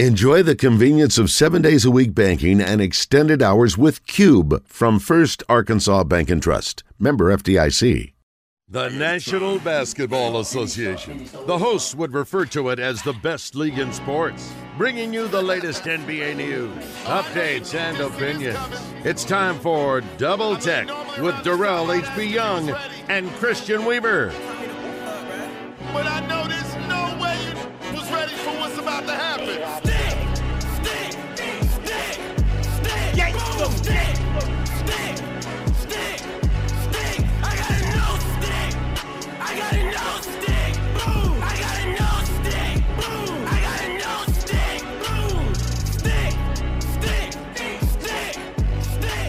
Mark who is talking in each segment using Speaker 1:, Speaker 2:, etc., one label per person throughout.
Speaker 1: Enjoy the convenience of seven days a week banking and extended hours with Cube from First Arkansas Bank and Trust. Member FDIC.
Speaker 2: The National Basketball Association. The hosts would refer to it as the best league in sports, bringing you the latest NBA news, updates, and opinions. It's time for Double Tech with Darrell H.B. Young and Christian Weaver.
Speaker 3: But I know there's no way you was ready for what's about to happen.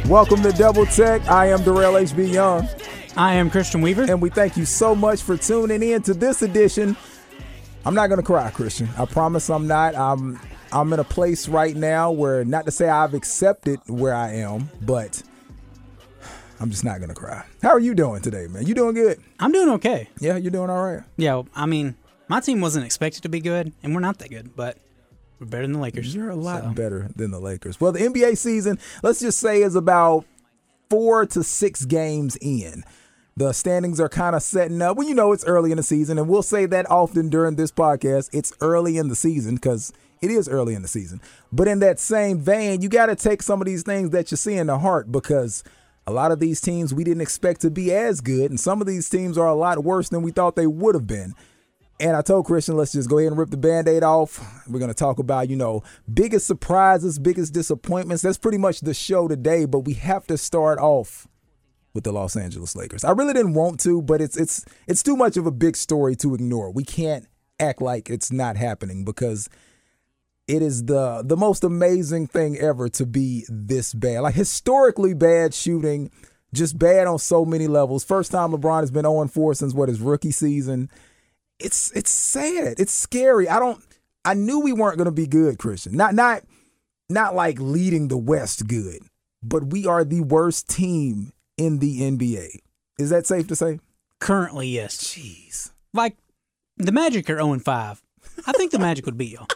Speaker 4: Welcome to Double Tech. I am Darrell HB Young,
Speaker 5: I am Christian Weaver.
Speaker 4: and we thank you so much for tuning in to this edition. I'm not gonna cry, Christian. I promise I'm not. I'm I'm in a place right now where not to say I've accepted where I am, but I'm just not gonna cry. How are you doing today, man? You doing good?
Speaker 5: I'm doing okay.
Speaker 4: Yeah, you're doing all right.
Speaker 5: Yeah, I mean, my team wasn't expected to be good, and we're not that good, but we're better than the Lakers.
Speaker 4: You're a lot
Speaker 5: so.
Speaker 4: better than the Lakers. Well, the NBA season, let's just say, is about four to six games in. The standings are kind of setting up. Well, you know, it's early in the season, and we'll say that often during this podcast. It's early in the season because it is early in the season. But in that same vein, you got to take some of these things that you see in the heart because a lot of these teams we didn't expect to be as good, and some of these teams are a lot worse than we thought they would have been. And I told Christian, let's just go ahead and rip the band aid off. We're going to talk about, you know, biggest surprises, biggest disappointments. That's pretty much the show today, but we have to start off with the Los Angeles Lakers. I really didn't want to, but it's it's it's too much of a big story to ignore. We can't act like it's not happening because it is the the most amazing thing ever to be this bad. Like historically bad shooting, just bad on so many levels. First time LeBron has been 0-4 since what his rookie season it's it's sad. It's scary. I don't I knew we weren't gonna be good, Christian. Not not not like leading the West good, but we are the worst team in the NBA. Is that safe to say?
Speaker 5: Currently, yes.
Speaker 4: Jeez.
Speaker 5: Like, the Magic are 0 5. I think the Magic would beat y'all.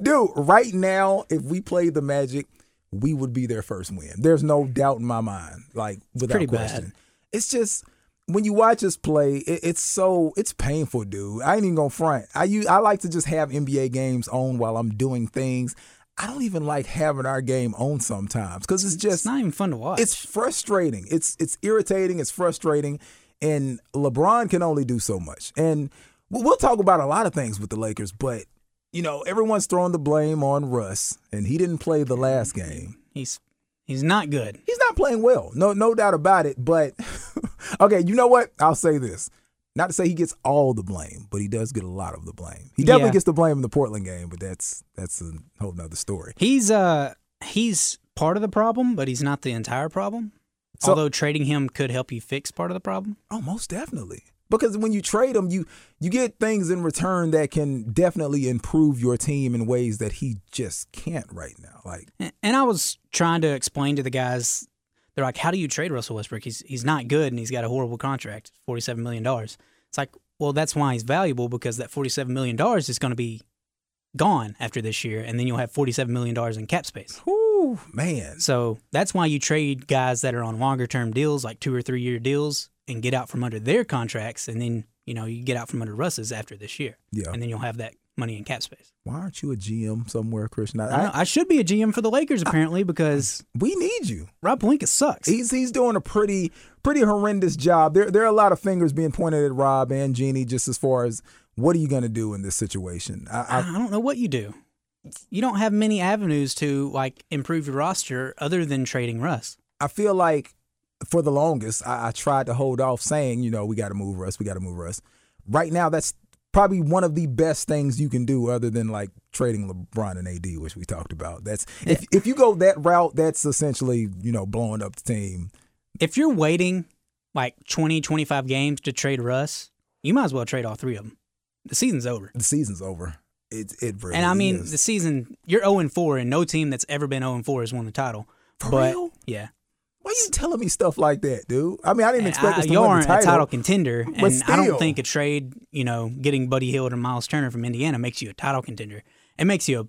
Speaker 4: Dude, right now, if we played the Magic, we would be their first win. There's no doubt in my mind. Like without
Speaker 5: pretty bad.
Speaker 4: question. It's just when you watch us play, it, it's so it's painful, dude. I ain't even gonna front. I u- I like to just have NBA games on while I'm doing things. I don't even like having our game on sometimes because it's just
Speaker 5: It's not even fun to watch.
Speaker 4: it's frustrating. It's it's irritating. It's frustrating, and LeBron can only do so much. And we- we'll talk about a lot of things with the Lakers, but you know everyone's throwing the blame on Russ, and he didn't play the last
Speaker 5: Mm-hmm.
Speaker 4: game.
Speaker 5: he's he's not good.
Speaker 4: He's not playing well, no no doubt about it. But okay, you know what? I'll say this. Not to say he gets all the blame, but he does get a lot of the blame. He definitely
Speaker 5: Yeah.
Speaker 4: gets the blame in the Portland game, but that's that's a whole nother story.
Speaker 5: He's uh he's part of the problem, but he's not the entire problem.
Speaker 4: So-
Speaker 5: Although trading him could help you fix part of the problem.
Speaker 4: Oh, most definitely. Because when you trade him, you you get things in return that can definitely improve your team in ways that he just can't right now. Like,
Speaker 5: A- And I was trying to explain to the guys, they're like, "How do you trade Russell Westbrook? He's he's not good, and he's got a horrible contract, forty-seven million dollars." It's like, well, that's why he's valuable because that forty-seven million dollars is going to be gone after this year, and then you'll have forty-seven million dollars in cap space.
Speaker 4: whoo, man.
Speaker 5: So that's why you trade guys that are on longer-term deals, like two or three-year deals, and get out from under their contracts, and then you know you get out from under Russ's after this year,
Speaker 4: Yeah.
Speaker 5: and then you'll have that money in cap space.
Speaker 4: Why aren't you a GM somewhere, Christian? I,
Speaker 5: I, don't know,
Speaker 4: I-
Speaker 5: I should be a GM for the Lakers apparently because
Speaker 4: we need you.
Speaker 5: Rob Palinka sucks.
Speaker 4: He's he's doing a pretty pretty horrendous job. There there are a lot of fingers being pointed at Rob and Jeannie just as far as what are you gonna do in this situation? I,
Speaker 5: I,
Speaker 4: I,
Speaker 5: I don't know what you do. You don't have many avenues to like improve your roster other than trading Russ.
Speaker 4: I feel like for the longest, I, I tried to hold off saying, you know, we got to move Russ, we got to move Russ. Right now, that's probably one of the best things you can do, other than like trading LeBron and AD, which we talked about. That's if if you go that route, that's essentially you know blowing up the team.
Speaker 5: If you're waiting like 20, 25 games to trade Russ, you might as well trade all three of them. The season's over.
Speaker 4: The season's over. It it really
Speaker 5: And I mean,
Speaker 4: is.
Speaker 5: the season, you're 0 4, and no team that's ever been 0 4 has won the title.
Speaker 4: For
Speaker 5: but,
Speaker 4: real?
Speaker 5: Yeah.
Speaker 4: why you telling me stuff like that, dude? I mean, I didn't
Speaker 5: And
Speaker 4: expect
Speaker 5: I-
Speaker 4: us to
Speaker 5: y'all
Speaker 4: win the
Speaker 5: aren't
Speaker 4: title.
Speaker 5: a title contender.
Speaker 4: But
Speaker 5: And I
Speaker 4: still.
Speaker 5: don't think a trade, you know, getting Buddy Hield and Miles Turner from Indiana makes you a title contender. It makes you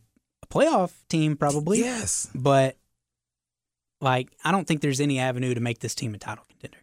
Speaker 5: playoff team probably.
Speaker 4: Yes.
Speaker 5: But like I don't think there's any avenue to make this team a title contender.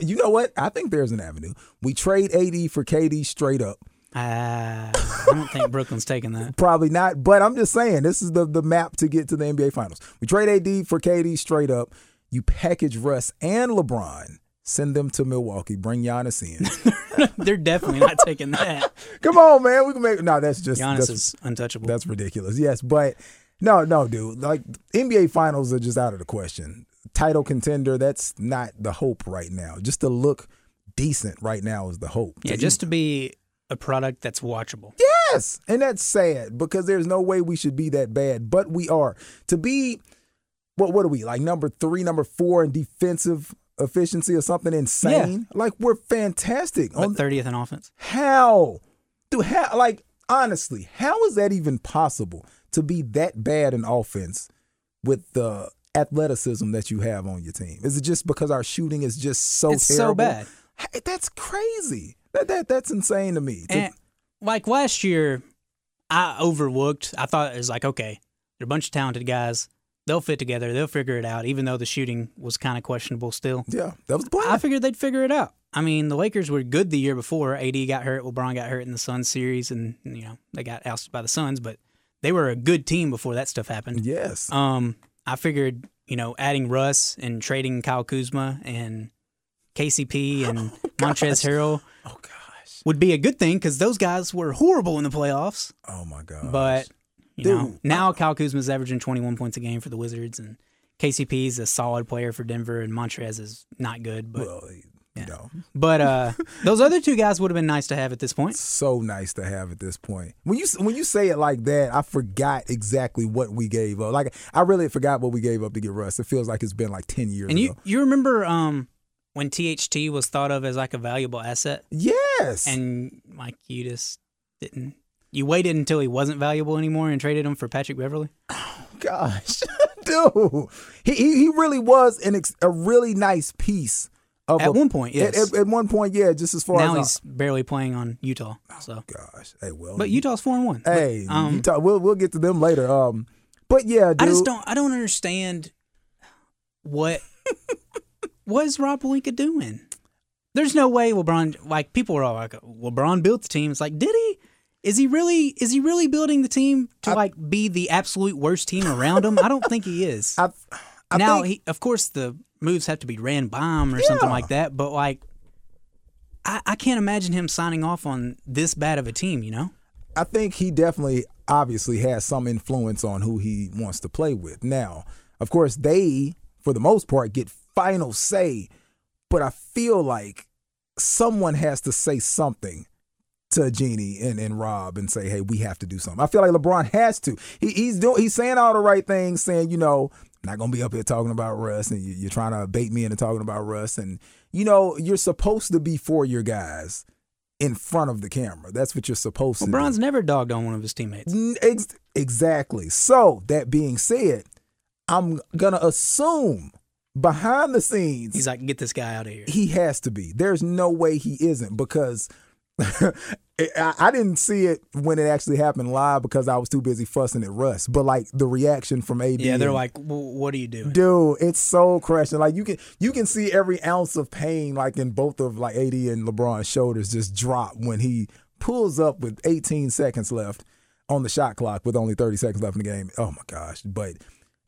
Speaker 4: you know what? I think there's an avenue. We trade AD for KD straight up.
Speaker 5: Uh, I don't think Brooklyn's taking that.
Speaker 4: Probably not, but I'm just saying this is the the map to get to the NBA Finals. We trade AD for KD straight up. You package Russ and LeBron, send them to Milwaukee, bring Giannis in.
Speaker 5: They're definitely not taking that.
Speaker 4: Come on, man, we can make. No, that's just
Speaker 5: Giannis
Speaker 4: that's,
Speaker 5: is untouchable.
Speaker 4: that's ridiculous. Yes, but no, no, dude. Like NBA Finals are just out of the question. Title contender, that's not the hope right now. Just to look decent right now is the hope.
Speaker 5: yeah,
Speaker 4: To
Speaker 5: just to be a product that's watchable.
Speaker 4: Yes. And that's sad because there's no way we should be that bad, but we are. To be what what are we? Like number 3, number 4 in defensive efficiency or something insane? Like we're fantastic.
Speaker 5: But
Speaker 4: On
Speaker 5: 30th in offense.
Speaker 4: how? Dude, how like honestly, how is that even possible to be that bad in offense with the athleticism that you have on your team? Is it just because our shooting is just so
Speaker 5: It's so
Speaker 4: terrible?
Speaker 5: bad.
Speaker 4: H- That's crazy. That, that that's insane to me. To-
Speaker 5: And, like last year, I overlooked. I thought it was like, okay, they're a bunch of talented guys. They'll fit together. They'll figure it out, even though the shooting was kind of questionable still.
Speaker 4: yeah, that was the plan.
Speaker 5: I figured they'd figure it out. I mean, the Lakers were good the year before. AD got hurt, LeBron got hurt in the Suns series, and, you know, they got ousted by the Suns, but they were a good team before that stuff happened.
Speaker 4: Yes.
Speaker 5: Um, I figured, you know, adding Russ and trading Kyle Kuzma and KCP and Montrezl Harrell
Speaker 4: oh gosh.
Speaker 5: would be a good thing because those guys were horrible in the playoffs.
Speaker 4: Oh my gosh.
Speaker 5: But you know,
Speaker 4: Dude,
Speaker 5: now Kyle Kuzma's averaging 21 points a game for the Wizards, and KCP's a solid player for Denver, and Montrez is not good. But
Speaker 4: well, you know,
Speaker 5: but uh, those other two guys would have been nice to have at this point.
Speaker 4: so nice to have at this point. When you when you say it like that, I forgot exactly what we gave up. Like I really forgot what we gave up to get Russ. It feels like it's been like ten years
Speaker 5: And you
Speaker 4: ago.
Speaker 5: you remember um when THT was thought of as like a valuable asset,
Speaker 4: Yes.
Speaker 5: and like you just didn't. You waited until he wasn't valuable anymore and traded him for Patrick Beverly.
Speaker 4: gosh, dude, he, he he really was an ex- a really nice piece of
Speaker 5: At
Speaker 4: a-
Speaker 5: one point,
Speaker 4: at-
Speaker 5: yes.
Speaker 4: At, at one point, yeah. Just as far
Speaker 5: Now
Speaker 4: as
Speaker 5: he's barely playing on Utah. So,
Speaker 4: gosh, hey, Oh, well,
Speaker 5: but Utah's four and one. But,
Speaker 4: hey,
Speaker 5: um,
Speaker 4: Utah, we'll we'll get to them later. Um, but yeah, dude,
Speaker 5: I just don't. I don't understand what what is Rob Palinka doing. There's no way LeBron. Like people are all like, LeBron built the team. It's like, did he? Is he really? Is he really building the team to like be the absolute worst team around him? I don't think he is.
Speaker 4: I, I
Speaker 5: now,
Speaker 4: think-
Speaker 5: he, of course, the moves have to be ran by him or something like that. But like, I, I can't imagine him signing off on this bad of a team. You know?
Speaker 4: I think he definitely obviously has some influence on who he wants to play with. Now, of course, they, for the most part, get final say, but I feel like someone has to say something to Genie and, and Rob and say, hey, we have to do something. I feel like LeBron has to. He, he's doing he's saying all the right things, saying, you know, I'm not gonna be up here talking about Russ and you, you're trying to bait me into talking about Russ. And you know, you're supposed to be for your guys in front of the camera. That's what you're supposed to do.
Speaker 5: LeBron's never dogged on one of his teammates.
Speaker 4: N- Ex- exactly. So that being said, I'm gonna assume behind the scenes
Speaker 5: He's like, get this guy out of here.
Speaker 4: he has to be. There's no way he isn't because it, I, I didn't see it when it actually happened live because I was too busy fussing at Russ. But like the reaction from AD,
Speaker 5: Yeah, they're
Speaker 4: and-
Speaker 5: like, "W- what are you doing?
Speaker 4: dude, it's so crushing. Like you can you can see every ounce of pain like in both of like AD and LeBron's shoulders just drop when he pulls up with 18 seconds left on the shot clock with only 30 seconds left in the game. Oh my gosh! But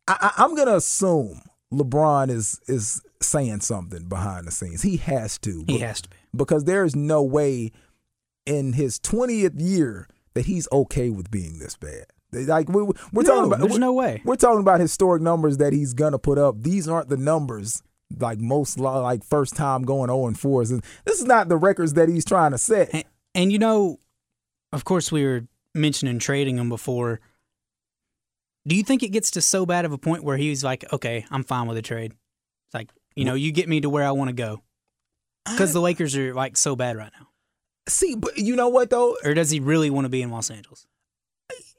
Speaker 4: I, I, I'm gonna assume LeBron is is saying something behind the scenes. He has to. be-
Speaker 5: he has to be.
Speaker 4: because there is no way in his 20th year that he's okay with being this bad. They- Like we, we're
Speaker 5: No,
Speaker 4: talking about,
Speaker 5: there's
Speaker 4: we're,
Speaker 5: no way.
Speaker 4: We're talking about historic numbers that he's gonna put up. These aren't the numbers like most lo- like first time going 0 and fours. And This is not the records that he's trying to set.
Speaker 5: And, and you know, of course, we were mentioning trading him before. Do you think it gets to so bad of a point where he's like, okay, I'm fine with a trade? It's like, you know, you get me to where I want to go. Because the Lakers are like so bad right now.
Speaker 4: See, but you know what though?
Speaker 5: Or does he really want to be in Los Angeles?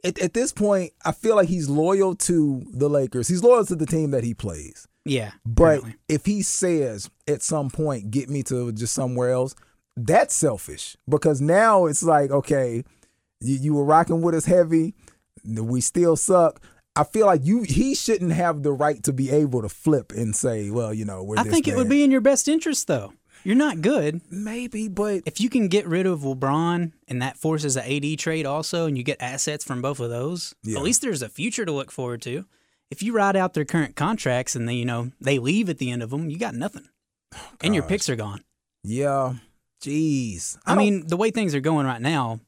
Speaker 4: At, at this point, I feel like he's loyal to the Lakers. He's loyal to the team that he plays.
Speaker 5: Yeah.
Speaker 4: But
Speaker 5: apparently.
Speaker 4: if he says at some point, get me to just somewhere else, that's selfish because now it's like, okay, you, you were rocking with us heavy. we still suck. I feel like you he shouldn't have the right to be able to flip and say, well, you know, we're
Speaker 5: I
Speaker 4: this
Speaker 5: think it would
Speaker 4: bad.
Speaker 5: be in your best interest, though. You're not good.
Speaker 4: maybe, but
Speaker 5: If you can get rid of LeBron and that forces a AD trade also, and you get assets from both of those,
Speaker 4: Yeah.
Speaker 5: at least there's a future to look forward to. If you ride out their current contracts and then you know they leave at the end of them, you got nothing,
Speaker 4: Oh,
Speaker 5: and your picks are gone.
Speaker 4: yeah, jeez.
Speaker 5: I,
Speaker 4: don't-
Speaker 5: mean, the way things are going right now,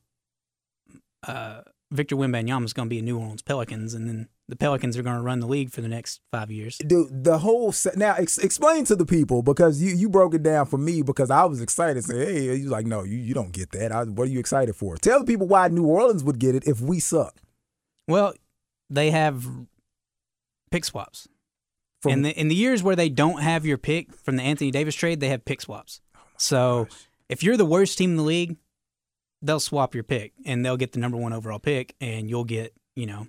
Speaker 5: uh, Victor Wimbanyama is going to be in New Orleans Pelicans, and then the Pelicans are going to run the league for the next five years.
Speaker 4: dude, the whole se- now ex- explain to the people because you you broke it down for me because I was excited. Say, hey, you like, no, you you don't get that. I, what are you excited for? Tell the people why New Orleans would get it if we suck.
Speaker 5: Well, they have pick swaps.
Speaker 4: From-
Speaker 5: in the in the years where they don't have your pick from the Anthony Davis trade, they have pick swaps.
Speaker 4: Oh
Speaker 5: so if you're the worst team in the league, they'll swap your pick and they'll get the number one overall pick, and you'll get you know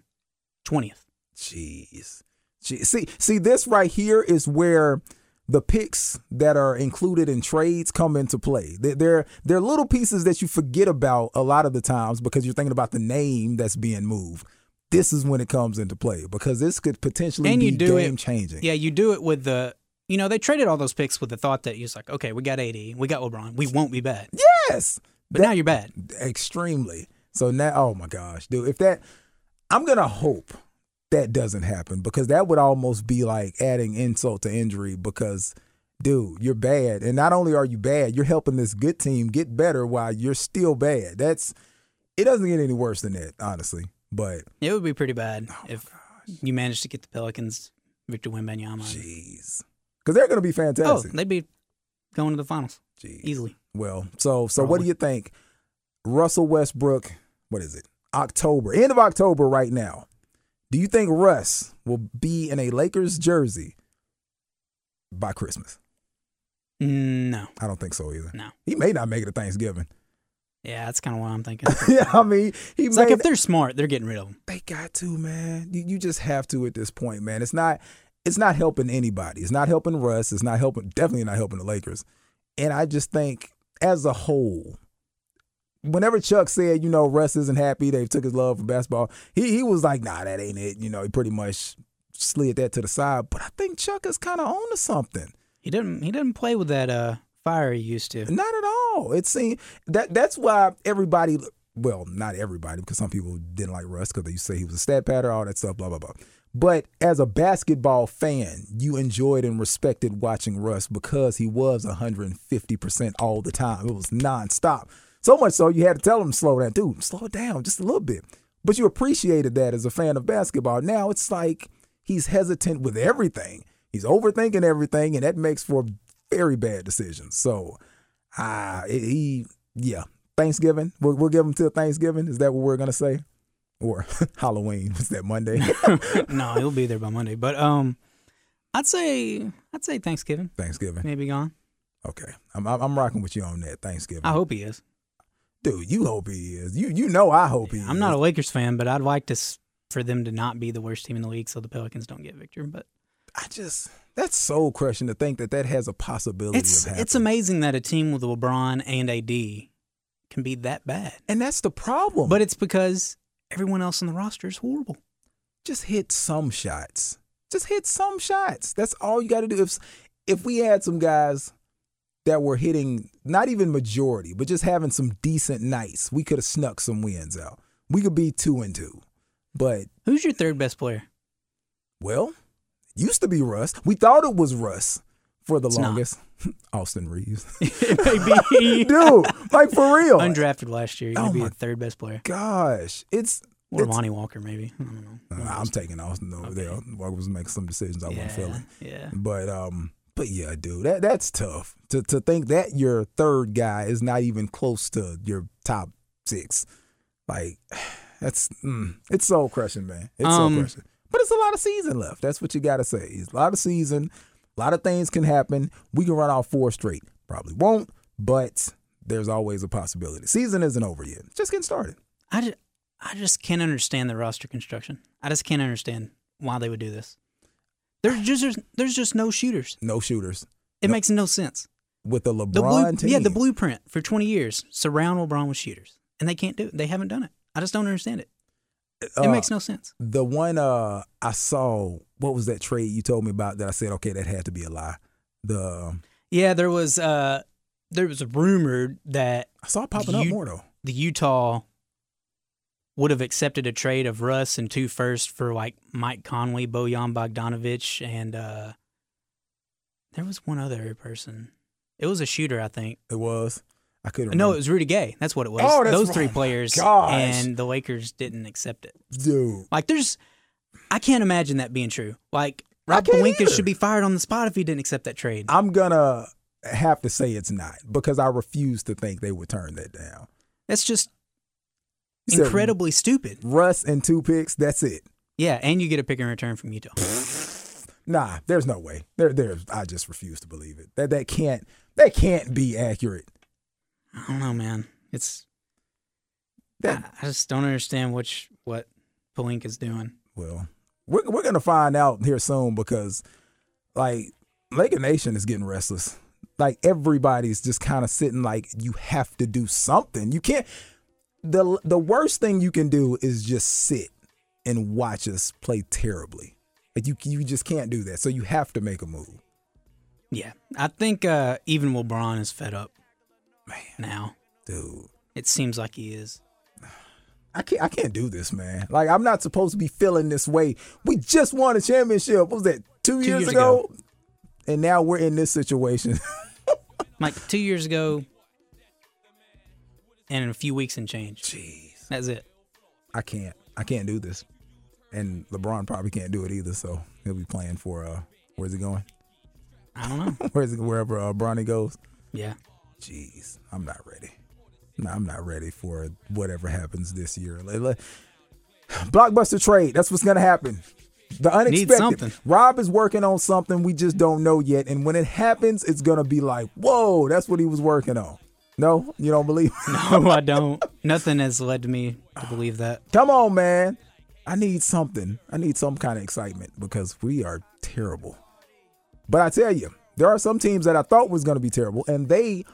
Speaker 5: twentieth.
Speaker 4: Jeez. Gee- See, see, this right here is where the picks that are included in trades come into play. They're, they're they're little pieces that you forget about a lot of the times because you're thinking about the name that's being moved. This is when it comes into play because this could potentially
Speaker 5: And
Speaker 4: be
Speaker 5: you do it-
Speaker 4: game changing.
Speaker 5: Yeah, you do it with the you know they traded all those picks with the thought that you're just like, okay, we got AD, we got LeBron, we won't be bad.
Speaker 4: Yes,
Speaker 5: But now you're bad.
Speaker 4: extremely. So now, oh my gosh, dude, if that, I'm gonna hope that doesn't happen because that would almost be like adding insult to injury because. Dude, you're bad. And not only are you bad, you're helping this good team get better while you're still bad. That's it doesn't get any worse than that, honestly. But
Speaker 5: It would be pretty bad
Speaker 4: Oh
Speaker 5: if you managed to get the Pelicans Victor Wembanyama.
Speaker 4: jeez. Cuz they're going to be
Speaker 5: Oh,
Speaker 4: fantastic.
Speaker 5: they'd be going to the finals
Speaker 4: Jeez.
Speaker 5: easily.
Speaker 4: Well, so so what do you think? Russell Westbrook, what is it? October, end of October right now. Do you think Russ will be in a Lakers jersey by Christmas?
Speaker 5: No,
Speaker 4: I don't think so either.
Speaker 5: no.
Speaker 4: He may not make it to Thanksgiving.
Speaker 5: Yeah, that's kind of what I'm thinking.
Speaker 4: yeah, I mean, he
Speaker 5: It's
Speaker 4: may
Speaker 5: like if
Speaker 4: not-
Speaker 5: they're smart, they're getting rid of them.
Speaker 4: they got to, man. You, you just have to at this point, man. It's not it's not helping anybody. It's not helping Russ. It's not helping definitely not helping the Lakers. And I just think as a whole, whenever Chuck said, you know, Russ isn't happy, they took his love for basketball, he he was like, nah, that ain't it. You know, he pretty much slid that to the side. But I think Chuck is kinda on to something.
Speaker 5: He didn't. He didn't play with that uh, fire he used to.
Speaker 4: Not at all. It seemed that that's why everybody. Well, not everybody, because some people didn't like Russ because they used to say he was a stat patter, all that stuff, blah blah blah. But as a basketball fan, you enjoyed and respected watching Russ because he was 150% all the time. It was nonstop. So much so you had to tell him slow down, dude, slow it down just a little bit. But you appreciated that as a fan of basketball. Now it's like he's hesitant with everything. He's overthinking everything, and that makes for very bad decisions. So Ah, it- he, yeah. Thanksgiving. We'll, we'll give him till Thanksgiving. Is that what we're gonna say? Or Halloween? Was that Monday?
Speaker 5: no, he'll be there by Monday. But um, I'd say I'd say Thanksgiving
Speaker 4: Thanksgiving.
Speaker 5: maybe gone.
Speaker 4: Okay, I'm, I'm I'm rocking with you on that Thanksgiving.
Speaker 5: I hope he is.
Speaker 4: Dude, you hope he is. You you know I hope he.
Speaker 5: I'm not a Lakers fan, but I'd like to s- for them to not be the worst team in the league, so the Pelicans don't get Victor. But
Speaker 4: I just that's soul crushing to think that that has a possibility.
Speaker 5: it's
Speaker 4: of happening.
Speaker 5: it's amazing that a team with LeBron and AD can be that bad.
Speaker 4: and that's the problem.
Speaker 5: But it's because everyone else on the roster is horrible.
Speaker 4: just hit some shots. Just hit some shots. That's all you got to do. If if we had some guys that were hitting not even majority, but just having some decent nights, we could have snuck some wins out. We could be two and two. But
Speaker 5: Who's your third best player?
Speaker 4: well, used to be Russ. We thought it was Russ for the
Speaker 5: It's not.
Speaker 4: longest. Austin Reeves,
Speaker 5: it may be
Speaker 4: dude, like for real.
Speaker 5: undrafted last year. You're
Speaker 4: Oh
Speaker 5: gonna be
Speaker 4: my-
Speaker 5: the third best player.
Speaker 4: Gosh, it's.
Speaker 5: Or
Speaker 4: it's-
Speaker 5: Lonnie Walker, maybe. I don't know.
Speaker 4: Nah, I'm taking Austin over there. Walker was making some decisions I wasn't feeling.
Speaker 5: yeah.
Speaker 4: But um, but yeah, dude, that that's tough to to think that your third guy is not even close to your top six. Like that's mm, it's soul crushing, man. It's
Speaker 5: Um,
Speaker 4: soul crushing. But it's a lot of season left. That's what you gotta say. It's a lot of season. A lot of things can happen. We can run off four straight. Probably won't, but there's always a possibility. Season isn't over yet. It's Just getting started.
Speaker 5: I just, I just can't understand the roster construction. I just can't understand why they would do this. There's just there's, there's just no shooters.
Speaker 4: No shooters
Speaker 5: It makes no sense.
Speaker 4: with the LeBron
Speaker 5: The blue,
Speaker 4: team.
Speaker 5: yeah, the blueprint for 20 years surround LeBron with shooters, and they can't do it. They haven't done it. I just don't understand it. it
Speaker 4: Uh,
Speaker 5: makes no sense.
Speaker 4: The one uh I saw, what was that trade you told me about that I said, okay, that had to be a lie. The um,
Speaker 5: Yeah, there was uh there was rumored that
Speaker 4: I saw it popping up
Speaker 5: You-
Speaker 4: more though.
Speaker 5: the Utah would have accepted a trade of Russ and two first for like Mike Conley, Bojan Bogdanovic, and uh there was one other person. It was a shooter, I think.
Speaker 4: It was. I couldn't
Speaker 5: No, it
Speaker 4: remember.
Speaker 5: was Rudy Gay. That's what it was.
Speaker 4: Oh, that's
Speaker 5: Those
Speaker 4: right.
Speaker 5: three
Speaker 4: My
Speaker 5: players,
Speaker 4: gosh.
Speaker 5: and the Lakers didn't accept it.
Speaker 4: dude.
Speaker 5: Like, there's, I can't imagine that being true. Like,
Speaker 4: I
Speaker 5: Rob
Speaker 4: can't
Speaker 5: Palinka
Speaker 4: either.
Speaker 5: should be fired on the spot if he didn't accept that trade.
Speaker 4: I'm gonna have to say it's not because I refuse to think they would turn that down.
Speaker 5: That's just
Speaker 4: You said
Speaker 5: incredibly stupid.
Speaker 4: Russ and two picks, that's it.
Speaker 5: Yeah, and you get a pick in return from Utah.
Speaker 4: Nah, there's no way. There there's I just refuse to believe it. That that can't that can't be accurate.
Speaker 5: I don't know, man. It's
Speaker 4: That
Speaker 5: I just don't understand which what Palinka's doing.
Speaker 4: well, we're we're gonna find out here soon because like Laker Nation is getting restless. Like everybody's just kind of sitting like you have to do something. You can't the the worst thing you can do is just sit and watch us play terribly. Like you you just can't do that. So you have to make a move.
Speaker 5: Yeah, I think uh, even LeBron is fed up. Man, now
Speaker 4: Dude.
Speaker 5: it seems like he is.
Speaker 4: I can't I can't do this, man. Like I'm not supposed to be feeling this way. We just won a championship. What was that? Two, years,
Speaker 5: years
Speaker 4: ago? And now we're in this situation.
Speaker 5: Like two years ago, and in a few weeks and change. Jeez, that's it.
Speaker 4: I can't. I can't do this. And LeBron probably can't do it either, so he'll be playing for uh where's he going?
Speaker 5: I don't know.
Speaker 4: Where's it wherever uh Bronny goes?
Speaker 5: yeah,
Speaker 4: Jeez, I'm not ready. No, I'm not ready for whatever happens this year. Let- let- Blockbuster trade. That's what's gonna happen. The unexpected.
Speaker 5: something.
Speaker 4: Rob is working on something we just don't know yet, and when it happens, it's gonna be like, whoa, that's what he was working on. No, you don't believe?
Speaker 5: no, Oh, I don't. Nothing has led me to believe that.
Speaker 4: Come on, man. I need something. I need some kind of excitement because we are terrible. But I tell you, there are some teams that I thought was going to be terrible, and they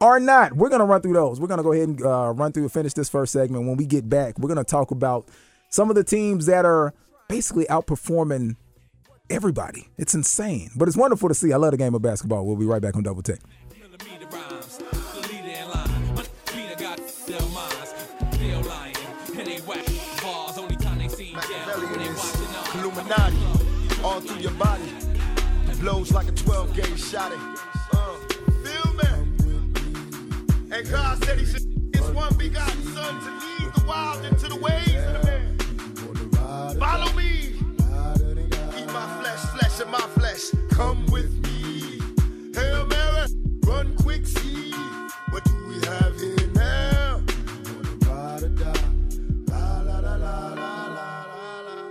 Speaker 4: are not. We're going to run through those. We're going to go ahead and uh, run through and finish this first segment. When we get back, we're going to talk about some of the teams that are basically outperforming everybody. It's insane, but it's wonderful to see. I love the game of basketball. We'll be right back on Double Tech.
Speaker 6: millimeter rhymes. The leader in line. Peter got their minds. They're lying. And they whack bars. Only time they see down. When they
Speaker 3: Machiavellian is
Speaker 6: watching us.
Speaker 3: Illuminati all through your body. Blows like a 12 gauge shot. it. Uh, feel me? And God said he should his one begotten son to lead the wild into the ways of the man. Follow me. Eat my flesh, flesh of my flesh. Come with me. Hail Mary, run quick, see. What do we have here now? Ride or die. La, la, la, la, la, la, la, la.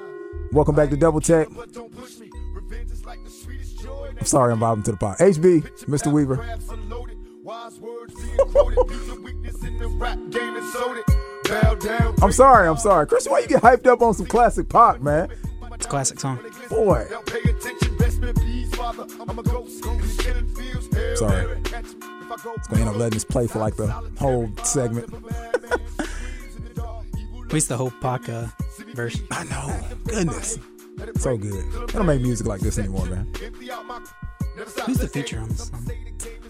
Speaker 4: Welcome back to Double Tech.
Speaker 3: But don't push me. Revenge is like the sweetest joy.
Speaker 4: I'm sorry I'm bobbing to the pot. HB, Mr. Weaver.
Speaker 3: Paragraphs unloaded, Wise words being quoted. Use your weakness in the rap game and sold it. Bow down.
Speaker 4: I'm sorry, I'm sorry. Christian, why you get hyped up on some classic pop, man?
Speaker 5: It's a classic song.
Speaker 4: Boy.
Speaker 3: Now pay attention. Best man, please, father. I'm a ghost. Who's killing fields? Hail
Speaker 4: Sorry.
Speaker 3: Mary, catch me if I go.
Speaker 4: gonna end up letting this play for, like, the whole segment.
Speaker 5: At least the whole Paca verse.
Speaker 4: I know. Goodness. So good. They don't make music like this anymore, man.
Speaker 5: Who's the feature on this song?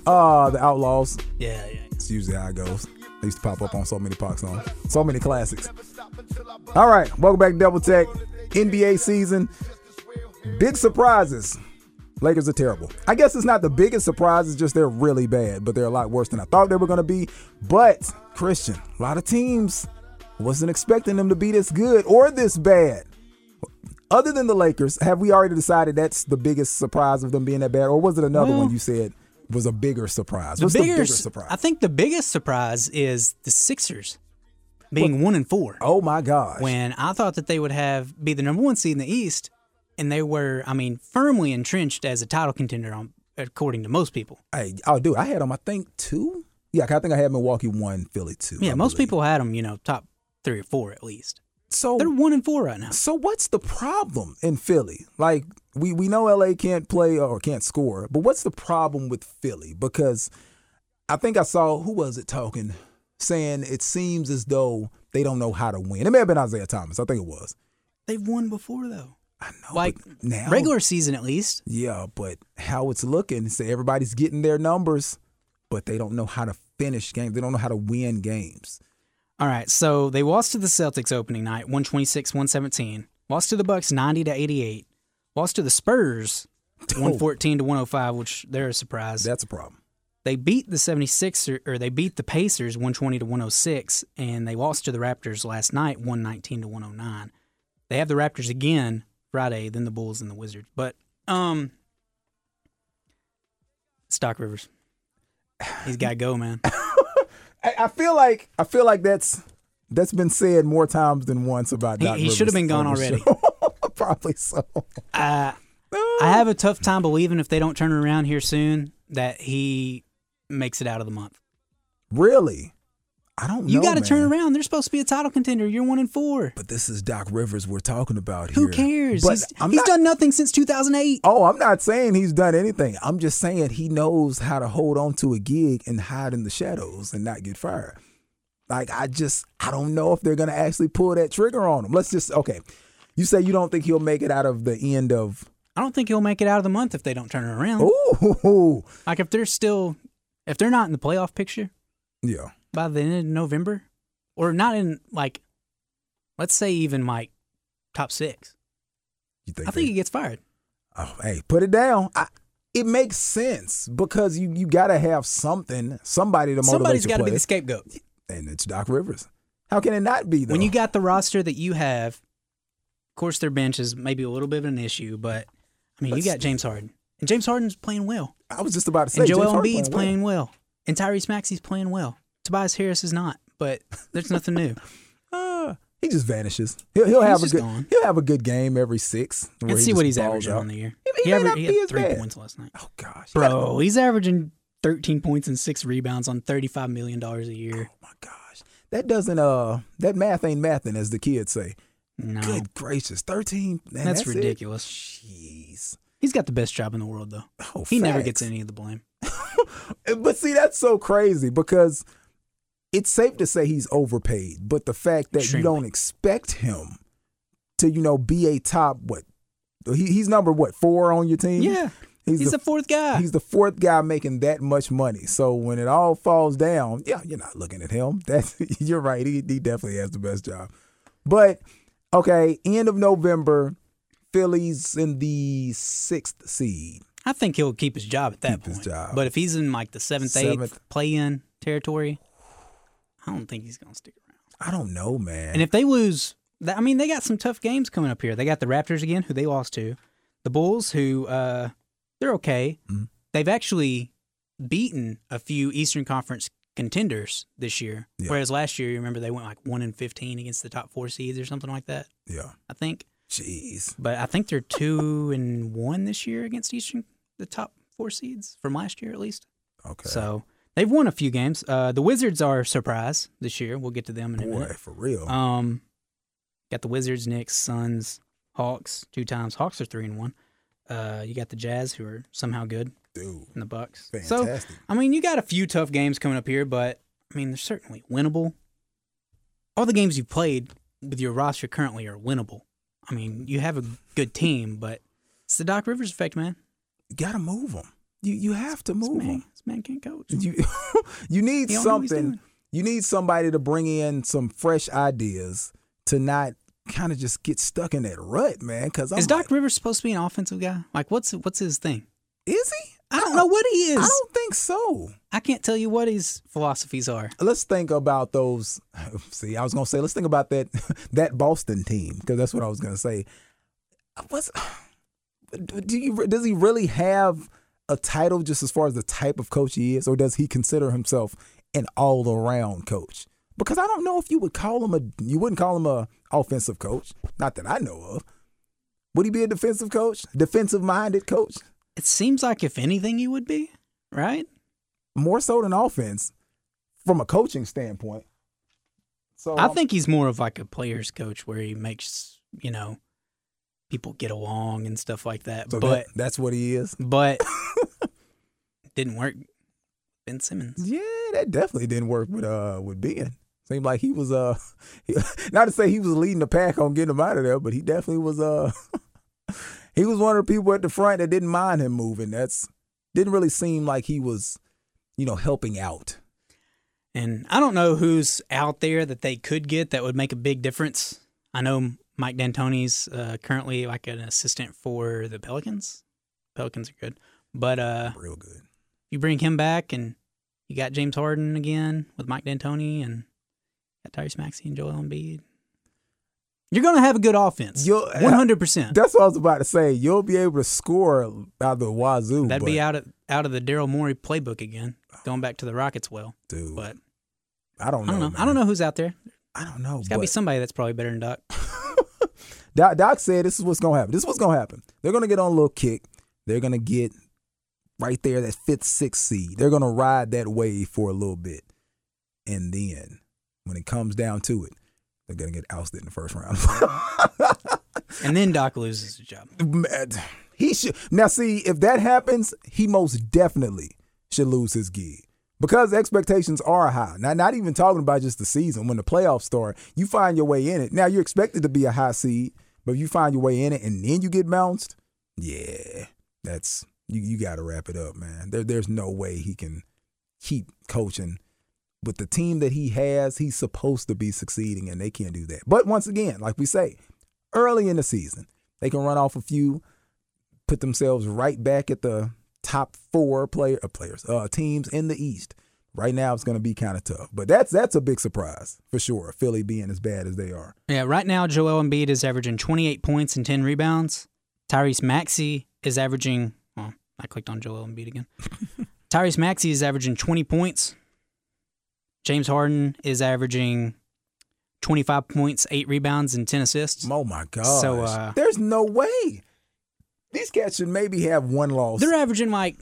Speaker 4: Uh, the Outlaws.
Speaker 5: Yeah, yeah.
Speaker 4: It's usually how it goes. They used to pop up on so many pop songs, so many classics. All right, welcome back to Double Tech. NBA season. Big surprises. Lakers are terrible. I guess it's not the biggest surprise, it's just they're really bad, but they're a lot worse than I thought they were going to be. But, Christian, a lot of teams wasn't expecting them to be this good or this bad. Other than the Lakers, have we already decided that's the biggest surprise of them being that bad? Or was it another
Speaker 5: Well-
Speaker 4: one you said was a bigger surprise? What's the bigger surprise?
Speaker 5: I think the biggest surprise is the Sixers being one and four.
Speaker 4: Oh my gosh.
Speaker 5: When I thought that they would have be the number one seed in the East, and they were, I mean, firmly entrenched as a title contender, on, according to most people.
Speaker 4: I, oh, dude, I had them, I think, two. Yeah, I think I had Milwaukee one, Philly two.
Speaker 5: Yeah,
Speaker 4: I
Speaker 5: most
Speaker 4: believe.
Speaker 5: people had them, you know, top three or four at least.
Speaker 4: So,
Speaker 5: They're one and four right now.
Speaker 4: so what's the problem in Philly? Like, we, we know LA can't play or can't score, but what's the problem with Philly? Because I think I saw, who was it talking, saying it seems as though They don't know how to win. It may have been Isaiah Thomas. I think it was.
Speaker 5: They've won before though.
Speaker 4: I know.
Speaker 5: Like
Speaker 4: but now,
Speaker 5: regular season at least.
Speaker 4: Yeah, but how it's looking, so everybody's getting their numbers, but they don't know how to finish games. They don't know how to win games.
Speaker 5: All right, so they lost to the Celtics opening night, 126-117. Lost to the Bucks 90 to 88. Lost to the Spurs Oh. 114 to 105, which they're a surprise.
Speaker 4: That's a problem.
Speaker 5: they beat the 76er or they beat the Pacers 120 to 106 and they lost to the Raptors last night 119 to 109. They have the Raptors again Friday, then the Bulls and the Wizards. But um Stock Rivers. He's got to go, man.
Speaker 4: I, I feel like I feel like that's that's been said more times than once about
Speaker 5: He-
Speaker 4: Doc
Speaker 5: he should
Speaker 4: Rivers
Speaker 5: have been gone
Speaker 4: on the
Speaker 5: already.
Speaker 4: show. Probably so.
Speaker 5: Uh, I have a tough time believing if they don't turn around here soon that he makes it out of the month.
Speaker 4: Really? I don't
Speaker 5: You
Speaker 4: know.
Speaker 5: got to turn
Speaker 4: man.
Speaker 5: around. They're supposed to be a title contender. You're one and four.
Speaker 4: But this is Doc Rivers we're talking about
Speaker 5: Who
Speaker 4: here.
Speaker 5: cares?
Speaker 4: But
Speaker 5: He's,
Speaker 4: I'm
Speaker 5: he's
Speaker 4: not-
Speaker 5: done nothing since 2008.
Speaker 4: Oh, I'm not saying he's done anything. I'm just saying he knows how to hold on to a gig and hide in the shadows and not get fired. Like I just I don't know if they're gonna actually pull that trigger on him. Let's just okay. You say you don't think he'll make it out of the end of
Speaker 5: I don't think he'll make it out of the month if they don't turn it around.
Speaker 4: Ooh.
Speaker 5: Like if they're still, if they're not in the playoff picture
Speaker 4: Yeah.
Speaker 5: by the end of November, or not in like, let's say even like top six,
Speaker 4: You think
Speaker 5: I think
Speaker 4: they-
Speaker 5: he gets fired.
Speaker 4: Oh, hey, put it down. I, it makes sense because you you gotta have something, somebody to motivate
Speaker 5: Somebody's
Speaker 4: got to
Speaker 5: be the scapegoat.
Speaker 4: and it's Doc Rivers. How can it not be though?
Speaker 5: When you got the roster that you have, of course their bench is maybe a little bit of an issue, but I mean
Speaker 4: But
Speaker 5: you got James Harden, and James Harden's playing well,
Speaker 4: I was just about to say
Speaker 5: and Joel
Speaker 4: James Harden
Speaker 5: Embiid's
Speaker 4: well.
Speaker 5: playing well, and Tyrese Maxey's playing well. Tobias Harris is not, but there's nothing new.
Speaker 4: Uh, he just vanishes. He'll, he'll
Speaker 5: He's
Speaker 4: have a
Speaker 5: just
Speaker 4: good
Speaker 5: gone.
Speaker 4: he'll have a good game game every six. where
Speaker 5: Let's
Speaker 4: he
Speaker 5: see
Speaker 4: just
Speaker 5: what he's
Speaker 4: balls
Speaker 5: averaging
Speaker 4: out.
Speaker 5: on the year.
Speaker 4: It may
Speaker 5: He, aver-
Speaker 4: not
Speaker 5: he
Speaker 4: be
Speaker 5: had
Speaker 4: as
Speaker 5: three
Speaker 4: bad.
Speaker 5: points last night.
Speaker 4: Oh gosh,
Speaker 5: Bro, he's averaging 13 points and six rebounds on $35 million a year.
Speaker 4: Oh my gosh, that doesn't uh that math ain't mathing as the kids say.
Speaker 5: No.
Speaker 4: Good gracious, thirteen. man,
Speaker 5: That's
Speaker 4: it?
Speaker 5: ridiculous.
Speaker 4: Jeez.
Speaker 5: He's got the best job in the world, though.
Speaker 4: Oh,
Speaker 5: he never
Speaker 4: facts.
Speaker 5: gets any of the blame.
Speaker 4: But see, that's so crazy because it's safe to say he's overpaid, but the fact that
Speaker 5: Extremely.
Speaker 4: you don't expect him to, you know, be a top what he, he's number what four on your team.
Speaker 5: Yeah. He's,
Speaker 4: he's,
Speaker 5: the,
Speaker 4: the,
Speaker 5: fourth guy.
Speaker 4: he's the fourth guy making that much money. So when it all falls down, yeah, you're not looking at him. That's you're right. He, he definitely has the best job. But okay, end of November, Phillies in the sixth seed.
Speaker 5: I think he'll keep his job at that
Speaker 4: Keep his
Speaker 5: point.
Speaker 4: job.
Speaker 5: But if he's in like the seventh,
Speaker 4: Seventh.
Speaker 5: eighth play in territory, I don't think he's going to stick around.
Speaker 4: I don't know, man.
Speaker 5: And if they lose, th- I mean, they got some tough games coming up here. They got the Raptors again, who they lost to, the Bulls, who uh, they're okay.
Speaker 4: Mm-hmm.
Speaker 5: They've actually beaten a few Eastern Conference contenders this year,
Speaker 4: Yeah.
Speaker 5: whereas last year, you remember they went like one and fifteen against the top four seeds or something like that.
Speaker 4: yeah,
Speaker 5: I think,
Speaker 4: jeez.
Speaker 5: but I think they're two and one this year against Eastern the top four seeds from last year at least.
Speaker 4: Okay.
Speaker 5: So they've won a few games. Uh, the Wizards are a surprise this year. We'll get to them in a
Speaker 4: Boy,
Speaker 5: minute.
Speaker 4: for real.
Speaker 5: Um, got the Wizards, Knicks, Suns, Hawks two times. Hawks are three and one. Uh, you got the Jazz who are somehow good,
Speaker 4: Dude.
Speaker 5: and the Bucks.
Speaker 4: Fantastic.
Speaker 5: So I mean, you got a few tough games coming up here, but I mean, they're certainly winnable. All the games you played with your roster currently are winnable. I mean, you have a good team, but it's the Doc Rivers effect, man.
Speaker 4: You gotta move them. You you have to
Speaker 5: This
Speaker 4: move
Speaker 5: man,
Speaker 4: them.
Speaker 5: this man can't coach.
Speaker 4: You you need
Speaker 5: He don't know what he's
Speaker 4: something.
Speaker 5: doing.
Speaker 4: You need somebody to bring in some fresh ideas to not kind of just get stuck in that rut, man. Because
Speaker 5: Is Doc Rivers supposed to be an offensive guy? Like, what's what's his thing?
Speaker 4: is he?
Speaker 5: I don't know what he
Speaker 4: I
Speaker 5: is.
Speaker 4: don't think so.
Speaker 5: I can't tell you what his philosophies are.
Speaker 4: Let's think about those. See, I was gonna say let's think about that that Boston team because that's what I was gonna say. What's do you does he really have a title just as far as the type of coach he is, or does he consider himself an all around coach? Because I don't know if you would call him a you wouldn't call him a offensive coach, not that I know of. Would he be a defensive coach, defensive minded coach,
Speaker 5: It seems like if anything, he would be right.
Speaker 4: more so than offense from a coaching standpoint? So
Speaker 5: I
Speaker 4: I'm-
Speaker 5: think he's more of like a player's coach, where he makes you know people get along and stuff like that.
Speaker 4: So
Speaker 5: but
Speaker 4: that- that's what he is.
Speaker 5: but didn't work. Ben Simmons.
Speaker 4: Yeah, that definitely didn't work with uh with Ben. Seemed like he was uh, not to say he was leading the pack on getting him out of there, but he definitely was uh, he was one of the people at the front that didn't mind him moving. That's didn't really seem like he was, you know, helping out.
Speaker 5: And I don't know who's out there that they could get that would make a big difference. I know Mike D'Antoni's uh, currently like an assistant for the Pelicans. Pelicans are good, but uh,
Speaker 4: Real good.
Speaker 5: you bring him back and you got James Harden again with Mike D'Antoni and got Tyrese Maxey and Joel Embiid. You're gonna have a good offense,
Speaker 4: You'll-
Speaker 5: one hundred percent.
Speaker 4: That's what I was about to say. You'll be able to score out the wazoo.
Speaker 5: That'd be
Speaker 4: but,
Speaker 5: out of out of the Daryl Morey playbook again, going back to the Rockets. Well,
Speaker 4: dude.
Speaker 5: but
Speaker 4: I don't
Speaker 5: I
Speaker 4: know.
Speaker 5: don't know. I
Speaker 4: Oh, man.
Speaker 5: don't know who's out there.
Speaker 4: I don't know.
Speaker 5: It's got to be somebody that's probably better than Doc.
Speaker 4: Doc, Doc said this is what's gonna happen. This is what's gonna happen. They're gonna get on a little kick. They're gonna get right there that fifth, sixth seed. They're gonna ride that wave for a little bit, and then when it comes down to it, they're gonna get ousted in the first round.
Speaker 5: And then Doc loses his job.
Speaker 4: Man, he should now see if that happens, he most definitely should lose his gig. Because expectations are high. Now, not even talking about just the season. When the playoffs start, you find your way in it. Now you're expected to be a high seed, but if you find your way in it and then you get bounced, yeah. That's you, you gotta wrap it up, man. There there's no way he can keep coaching with the team that he has, he's supposed to be succeeding, and they can't do that. But once again, like we say, early in the season, they can run off a few, put themselves right back at the top four player uh, players uh, teams in the East. Right now, it's going to be kind of tough, but that's that's a big surprise for sure. Philly being as bad as they are,
Speaker 5: Yeah, right now Joel Embiid is averaging 28 points and 10 rebounds. Tyrese Maxey is averaging. Oh, I clicked on Joel Embiid again. Tyrese Maxey is averaging 20 points. James Harden is averaging 25 points, eight rebounds, and 10 assists.
Speaker 4: oh my god!
Speaker 5: So, uh,
Speaker 4: there's no way these cats should maybe have one loss.
Speaker 5: They're averaging like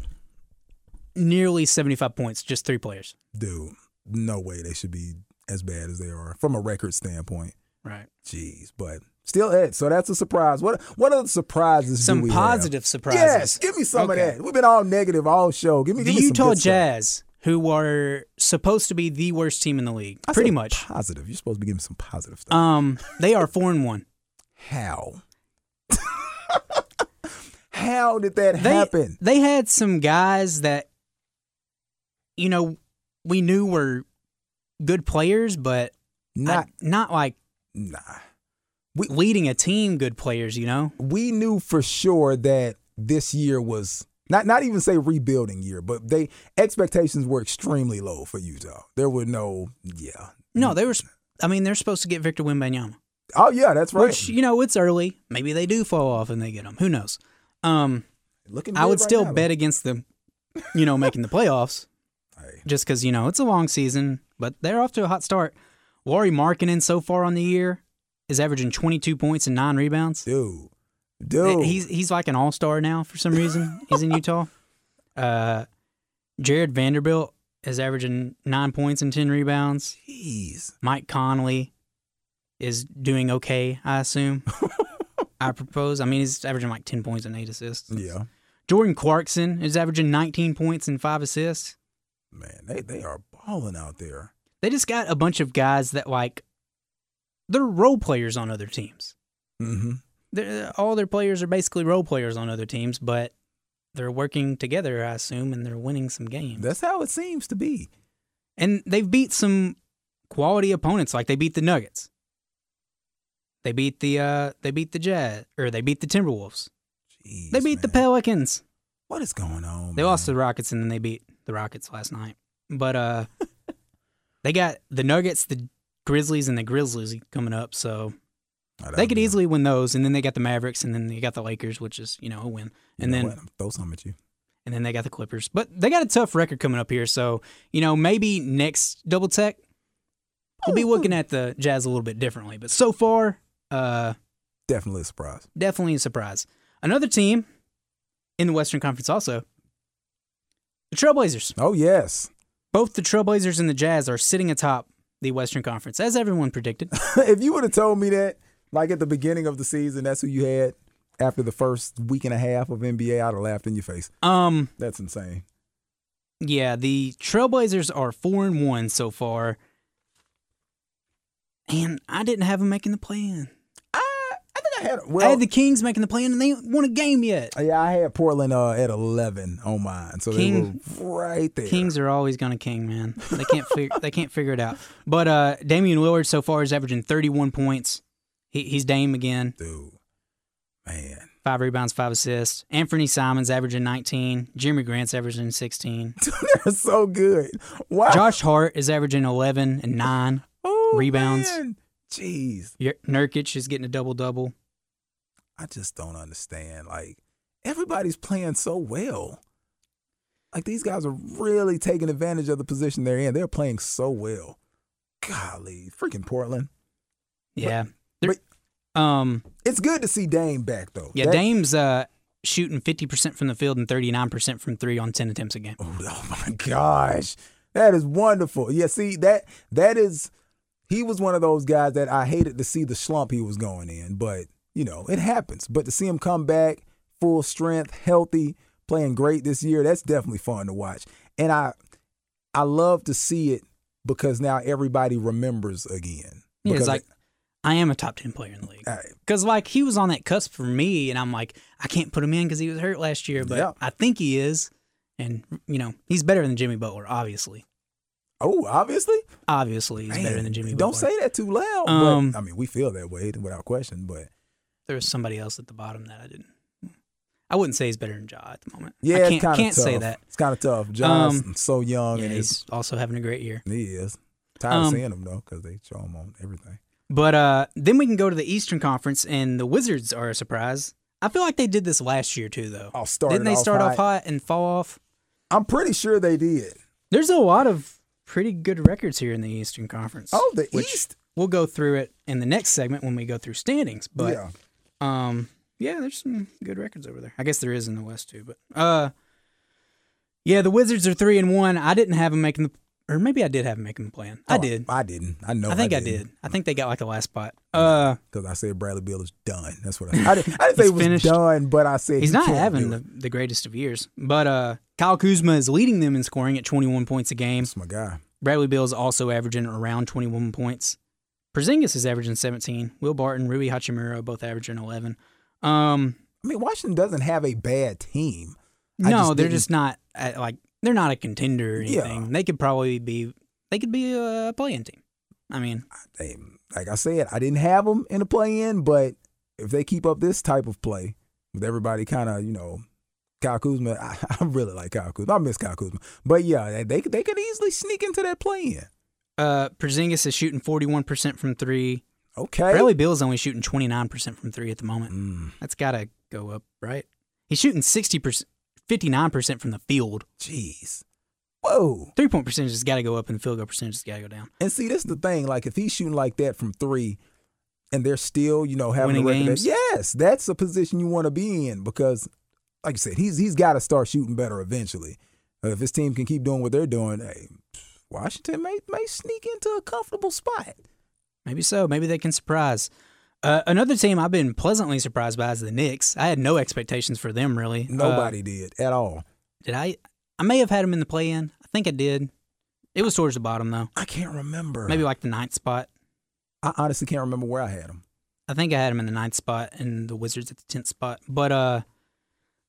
Speaker 5: nearly 75 points, just three players.
Speaker 4: Dude, no way they should be as bad as they are from a record standpoint.
Speaker 5: Right.
Speaker 4: Jeez, but still it. So that's a surprise. What what other surprises? do
Speaker 5: Some
Speaker 4: we have?
Speaker 5: positive surprises.
Speaker 4: Yes, give me some
Speaker 5: Okay.
Speaker 4: of that. We've been all negative all show. Give me
Speaker 5: The
Speaker 4: give me some
Speaker 5: Utah
Speaker 4: good stuff.
Speaker 5: Jazz, who were supposed to be the worst team in the league,
Speaker 4: I
Speaker 5: pretty
Speaker 4: said
Speaker 5: much.
Speaker 4: positive. You're supposed to be giving some positive stuff.
Speaker 5: Um, they are four and one.
Speaker 4: How? How did that
Speaker 5: They
Speaker 4: happen?
Speaker 5: they had some guys that, you know, we knew were good players, but I-
Speaker 4: Not
Speaker 5: not like
Speaker 4: nah.
Speaker 5: leading a team. Good players, you know.
Speaker 4: We knew for sure that this year was not not even say rebuilding year, but they expectations were extremely low for Utah. There were no yeah.
Speaker 5: No, they were. s- I mean, they're supposed to get Victor Wimbanyama,
Speaker 4: Oh yeah, that's right.
Speaker 5: which you know it's early. Maybe they do fall off and they get him. Who knows? Um,
Speaker 4: Looking
Speaker 5: I
Speaker 4: good
Speaker 5: would
Speaker 4: right
Speaker 5: still
Speaker 4: now,
Speaker 5: bet against them. You know, making the playoffs.
Speaker 4: though. Hey.
Speaker 5: just because you know it's a long season, but they're off to a hot start. Laurie Markkinen so far on the year is averaging 22 points and nine rebounds.
Speaker 4: Dude. Dude.
Speaker 5: He's he's like an all star now for some reason. he's in Utah. Uh, Jared Vanderbilt is averaging nine points and ten rebounds.
Speaker 4: Jeez.
Speaker 5: Mike Conley is doing okay, I assume. I propose. I mean, he's averaging like 10 points and eight assists.
Speaker 4: Yeah.
Speaker 5: Jordan Clarkson is averaging 19 points and five assists.
Speaker 4: Man, they, they are balling out there.
Speaker 5: they just got a bunch of guys that like they're role players on other teams.
Speaker 4: Mm-hmm.
Speaker 5: They're, all their players are basically role players on other teams, but they're working together, I assume, and they're winning some games.
Speaker 4: That's how it seems to be.
Speaker 5: and they've beat some quality opponents, like they beat the Nuggets. They beat the uh, they beat the Jazz or they beat the Timberwolves.
Speaker 4: Jeez,
Speaker 5: They beat the
Speaker 4: man.
Speaker 5: Pelicans.
Speaker 4: What is going on?
Speaker 5: They
Speaker 4: man?
Speaker 5: lost to the Rockets and then they beat the Rockets last night. But uh, they got the Nuggets, the Grizzlies, and the Grizzlies coming up. So
Speaker 4: Oh, that'll
Speaker 5: They could
Speaker 4: be-
Speaker 5: easily win those, and then they got the Mavericks, and then they got the Lakers, which is you know a win,
Speaker 4: You
Speaker 5: and
Speaker 4: know
Speaker 5: then
Speaker 4: what? I'm gonna throw something at you.
Speaker 5: and then they got the Clippers. But they got a tough record coming up here, so you know maybe next double tech we'll be looking at the Jazz a little bit differently. But so far, uh,
Speaker 4: Definitely a surprise.
Speaker 5: definitely a surprise. Another team in the Western Conference also, the Trailblazers.
Speaker 4: Oh yes.
Speaker 5: Both the Trailblazers and the Jazz are sitting atop the Western Conference, as everyone predicted.
Speaker 4: if you would have told me that, like at the beginning of the season, that's who you had after the first week and a half of NBA, I'd have laughed in your face.
Speaker 5: Um.
Speaker 4: That's insane.
Speaker 5: Yeah, the Trailblazers are four and one so far. and I didn't have them making the plan.
Speaker 4: I think I had
Speaker 5: I
Speaker 4: well.
Speaker 5: had the Kings making the plan, and they ain't won a game yet.
Speaker 4: yeah, I had Portland uh, at eleven on mine, so
Speaker 5: King-
Speaker 4: they were right there.
Speaker 5: Kings are always going to king, man. They can't figure they can't figure it out. But uh, Damian Lillard so far is averaging 31 points. He, he's Dame again.
Speaker 4: dude, man,
Speaker 5: Five rebounds, five assists. Anthony Simons averaging 19. Jeremy Grant's averaging 16.
Speaker 4: they're so good. Wow,
Speaker 5: Josh Hart is averaging 11 and nine.
Speaker 4: Oh,
Speaker 5: rebounds.
Speaker 4: man. Jeez,
Speaker 5: Yer- Nurkic is getting a double double.
Speaker 4: I just don't understand. Like everybody's playing so well. Like these guys are really taking advantage of the position they're in. They're playing so well. Golly, freaking Portland.
Speaker 5: Yeah. They're- um.
Speaker 4: It's good to see Dame back though.
Speaker 5: Yeah.
Speaker 4: That-
Speaker 5: Dame's uh shooting 50% from the field and 39% from three on 10 attempts a game.
Speaker 4: Oh, oh my gosh. That is wonderful. Yeah, see that that is he was one of those guys that I hated to see the slump he was going in, but you know, it happens. But to see him come back full strength, healthy, playing great this year, that's definitely fun to watch. And I I love to see it because now everybody remembers again.
Speaker 5: Yeah, it's
Speaker 4: Because
Speaker 5: like I am a top 10 player in the league.
Speaker 4: Right.
Speaker 5: Because, like, he was on that cusp for me, and I'm like, I can't put him in because he was hurt last year, but
Speaker 4: Yeah.
Speaker 5: I think he is. And, you know, he's better than Jimmy Butler, obviously.
Speaker 4: oh, obviously.
Speaker 5: Obviously, he's better than Jimmy
Speaker 4: Don't
Speaker 5: Butler.
Speaker 4: say that too loud.
Speaker 5: Um,
Speaker 4: but, I mean, we feel that way without question, but
Speaker 5: There was somebody else at the bottom that I didn't. I wouldn't say he's better than Ja at the moment.
Speaker 4: yeah,
Speaker 5: I
Speaker 4: it's
Speaker 5: can't,
Speaker 4: kind of
Speaker 5: can't
Speaker 4: tough.
Speaker 5: say that.
Speaker 4: It's kind of tough. John's
Speaker 5: Um,
Speaker 4: so young
Speaker 5: Yeah,
Speaker 4: and his
Speaker 5: he's also having a great year.
Speaker 4: He is. Tired
Speaker 5: Um,
Speaker 4: of seeing them though, because they show them on everything.
Speaker 5: But uh, then we can go to the Eastern Conference, and the Wizards are a surprise. I feel like they did this last year, too, though.
Speaker 4: Oh, started
Speaker 5: Didn't they
Speaker 4: off
Speaker 5: start
Speaker 4: hot.
Speaker 5: off hot and fall off?
Speaker 4: I'm pretty sure they did.
Speaker 5: There's a lot of pretty good records here in the Eastern Conference.
Speaker 4: Oh, the
Speaker 5: which
Speaker 4: East.
Speaker 5: We'll go through it in the next segment when we go through standings. But
Speaker 4: yeah.
Speaker 5: um yeah, there's some good records over there. I guess there is in the West too, but uh yeah, the Wizards are 3 and 1. I didn't have them making the or maybe I did have them making the plan. I
Speaker 4: Oh,
Speaker 5: did.
Speaker 4: I didn't. I know.
Speaker 5: I think I did. I think they got like the last spot. Uh
Speaker 4: Because I said Bradley Beal is done. That's what I. I didn't, I didn't say
Speaker 5: He's
Speaker 4: he was
Speaker 5: finished.
Speaker 4: done, but I said
Speaker 5: He's
Speaker 4: he
Speaker 5: not
Speaker 4: can't
Speaker 5: having
Speaker 4: do
Speaker 5: the,
Speaker 4: it.
Speaker 5: the greatest of years, but uh, Kyle Kuzma is leading them in scoring at 21 points a game.
Speaker 4: That's my guy.
Speaker 5: Bradley Beal is also averaging around 21 points. Porzingis is averaging 17. Will Barton, Rui Hachimura are both averaging 11. Um,
Speaker 4: I mean, Washington doesn't have a bad team. I
Speaker 5: no, they're
Speaker 4: didn't-
Speaker 5: just not at, like they're not a contender or
Speaker 4: Yeah.
Speaker 5: anything. They could probably be they could be a playing team. I mean,
Speaker 4: They, like I said, I didn't have them in the play-in, but if they keep up this type of play with everybody kind of, you know, Kyle Kuzma, I, I really like Kyle Kuzma. I miss Kyle Kuzma, but yeah, they they could- they could easily sneak into that play-in.
Speaker 5: uh, Porzingis is shooting 41% from three.
Speaker 4: Okay,
Speaker 5: Bradley Beal's only shooting 29% from three at the moment.
Speaker 4: Mm.
Speaker 5: That's got to go up, right? He's shooting 60%, 59% from the field.
Speaker 4: Jeez. Whoa.
Speaker 5: Three point percentage has got to go up, and field goal percentage has got to go down.
Speaker 4: And see, this is the thing. Like, if he's shooting like that from three, and they're still, you know, having a
Speaker 5: Winning
Speaker 4: record. that-
Speaker 5: games?
Speaker 4: yes, that's a position you want to be in because, like you said, he's he's got to start shooting better eventually. Uh, if his team can keep doing what they're doing, hey, Washington may may sneak into a comfortable spot.
Speaker 5: Maybe so. Maybe they can surprise. Uh, another team I've been pleasantly surprised by is the Knicks. I had no expectations for them really. Uh,
Speaker 4: Nobody did at all.
Speaker 5: did I? I may have had them in the play-in. I think I did. It was towards the bottom though,
Speaker 4: I can't remember.
Speaker 5: maybe like the ninth spot.
Speaker 4: I honestly can't remember where I had him.
Speaker 5: I think I had them in the ninth spot and the Wizards at the tenth spot. But uh,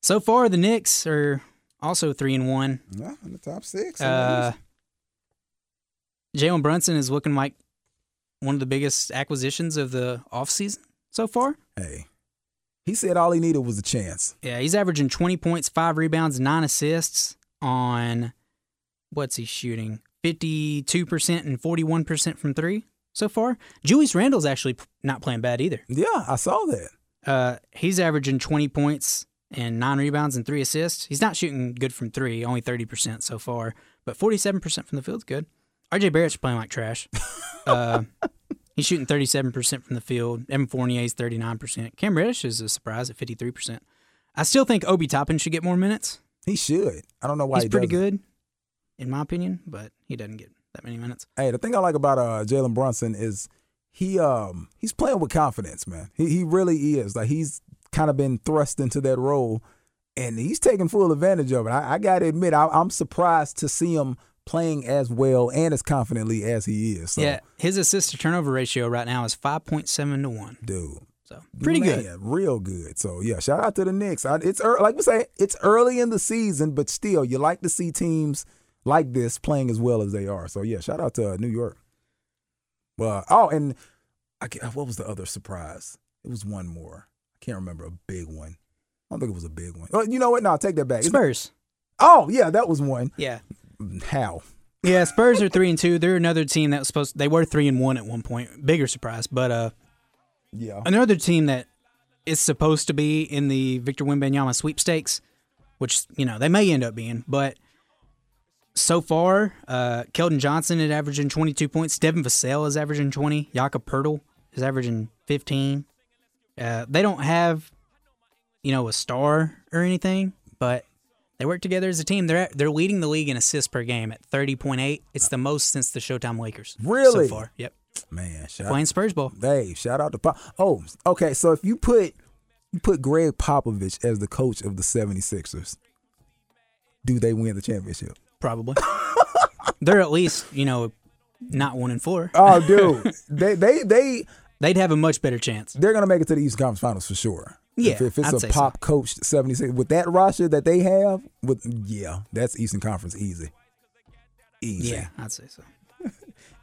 Speaker 5: so far the Knicks are also three and one.
Speaker 4: Yeah, in the top six.
Speaker 5: Uh, Jalen Brunson is looking like one of the biggest acquisitions of the offseason so far.
Speaker 4: hey, he said all he needed was a chance.
Speaker 5: Yeah, he's averaging 20 points, five rebounds, nine assists on what's he shooting? 52% and 41% from three so far. Julius Randle's actually p- not playing bad either.
Speaker 4: Yeah, I saw that.
Speaker 5: Uh, he's averaging 20 points and nine rebounds and three assists. He's not shooting good from three, only 30% so far, but 47% from the field's good. RJ Barrett's playing like trash. Uh, he's shooting 37% from the field. Evan Fournier's 39%. Cam Reddish is a surprise at 53%. I still think Obi Toppin should get more minutes.
Speaker 4: He should. I don't know why
Speaker 5: he's
Speaker 4: he
Speaker 5: pretty
Speaker 4: doesn't.
Speaker 5: good, in my opinion, but he doesn't get that many minutes.
Speaker 4: Hey, the thing I like about uh, Jalen Brunson is he um he's playing with confidence, man. He he really is. Like he's kind of been thrust into that role, and he's taking full advantage of it. I, I got to admit, I, I'm surprised to see him playing as well and as confidently as he is. So,
Speaker 5: Yeah, his assist to turnover ratio right now is 5.7 to 1.
Speaker 4: dude.
Speaker 5: So pretty
Speaker 4: Man,
Speaker 5: good.
Speaker 4: real good. So yeah, shout out to the Knicks. I, it's ear like we say, it's early in the season, but still, you like to see teams like this playing as well as they are. So yeah, shout out to uh, New York. Well, oh, and I can't, what was the other surprise? It was one more. I can't remember a big one. I don't think it was a big one. Well, you know what? No, I'll take that back. It's-
Speaker 5: Spurs.
Speaker 4: Oh yeah, that was one.
Speaker 5: Yeah.
Speaker 4: How?
Speaker 5: Yeah, Spurs are three and two. They're another team that was supposed they were three and one at one point. Bigger surprise. But uh
Speaker 4: Yeah.
Speaker 5: another team that is supposed to be in the Victor Wimbanyama sweepstakes, which you know they may end up being, but so far, uh, Keldon Johnson is averaging 22 points. Devin Vassell is averaging 20. Jakob Pertl is averaging 15. Uh, they don't have, you know, a star or anything, but they work together as a team. They're they're leading the league in assists per game at 30.8. It's the most since the Showtime Lakers.
Speaker 4: Really?
Speaker 5: So far, yep.
Speaker 4: Man, shout
Speaker 5: Playing Spurs ball.
Speaker 4: Hey, shout out to Pop. Oh, okay. So if you put you put Greg Popovich as the coach of the 76ers, do they win the championship?
Speaker 5: Probably. They're at least, you know, not one and four.
Speaker 4: Oh, dude, they they they
Speaker 5: They'd have a much better chance.
Speaker 4: they're gonna make it to the Eastern Conference Finals for sure.
Speaker 5: Yeah,
Speaker 4: if, if it's
Speaker 5: I'd
Speaker 4: a
Speaker 5: say so.
Speaker 4: pop coached 76 with that roster that they have, with yeah, that's Eastern Conference easy, easy.
Speaker 5: Yeah, I'd say so.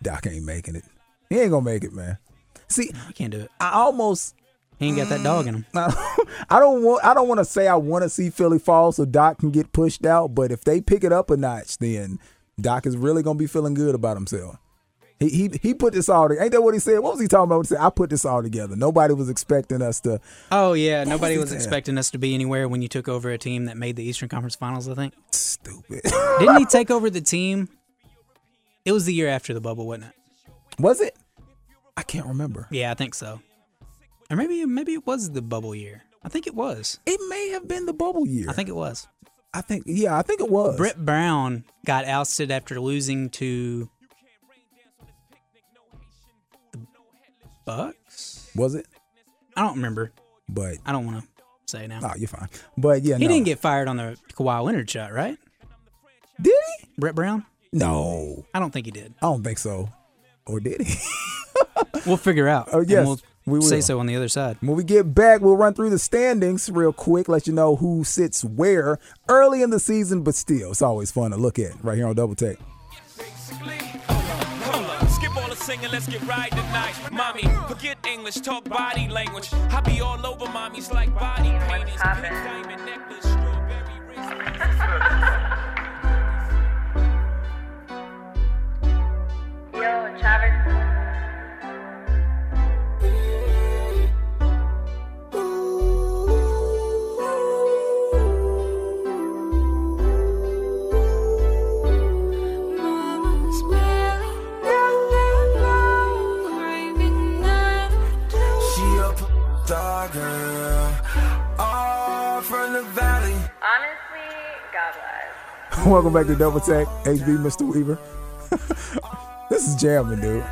Speaker 4: Doc ain't making it. He ain't gonna make it, man. See,
Speaker 5: I can't do it.
Speaker 4: I almost
Speaker 5: He ain't got that dog in him.
Speaker 4: I don't want. I don't want to say I want to see Philly fall so Doc can get pushed out. But if they pick it up a notch, then Doc is really gonna be feeling good about himself. He he he put this all. Ain't that what he said? What was he talking about? He said, "I put this all together. Nobody was expecting us to."
Speaker 5: Oh yeah, nobody
Speaker 4: was he
Speaker 5: was
Speaker 4: saying?
Speaker 5: expecting us to be anywhere when you took over a team that made the Eastern Conference Finals. I think
Speaker 4: Stupid.
Speaker 5: didn't he take over the team? It was the year after the bubble, wasn't it?
Speaker 4: was it? I can't remember.
Speaker 5: Yeah, I think so. Or maybe maybe it was the bubble year. I think it was.
Speaker 4: It may have been the bubble year.
Speaker 5: I think it was.
Speaker 4: I think. Yeah, I think it was.
Speaker 5: Brett Brown got ousted after losing to the Bucks.
Speaker 4: was it?
Speaker 5: I don't remember.
Speaker 4: But
Speaker 5: I don't want to say now.
Speaker 4: oh, you're fine. But yeah,
Speaker 5: he
Speaker 4: no.
Speaker 5: didn't get fired on the Kawhi Leonard shot, right?
Speaker 4: Did he?
Speaker 5: Brett Brown?
Speaker 4: No,
Speaker 5: I don't think he did.
Speaker 4: I don't think so. Or did he?
Speaker 5: We'll figure out.
Speaker 4: Oh,
Speaker 5: and
Speaker 4: yes,
Speaker 5: we'll
Speaker 4: we will.
Speaker 5: say so on the other side.
Speaker 4: When we get back, we'll run through the standings real quick, let you know who sits where early in the season, but still, it's always fun to look at right here on Double Take.
Speaker 6: Hold up, skip all the singing, let's get right tonight. Mommy, forget English, talk body language. I be all over mommies like body paintings. Pink diamond necklace, strawberry wrist.
Speaker 7: Yo, Travis.
Speaker 3: She a dog girl, all from the valley.
Speaker 7: Honestly, God bless.
Speaker 4: Welcome back to Double Take, HB Mr. Weaver. this is jamming, dude.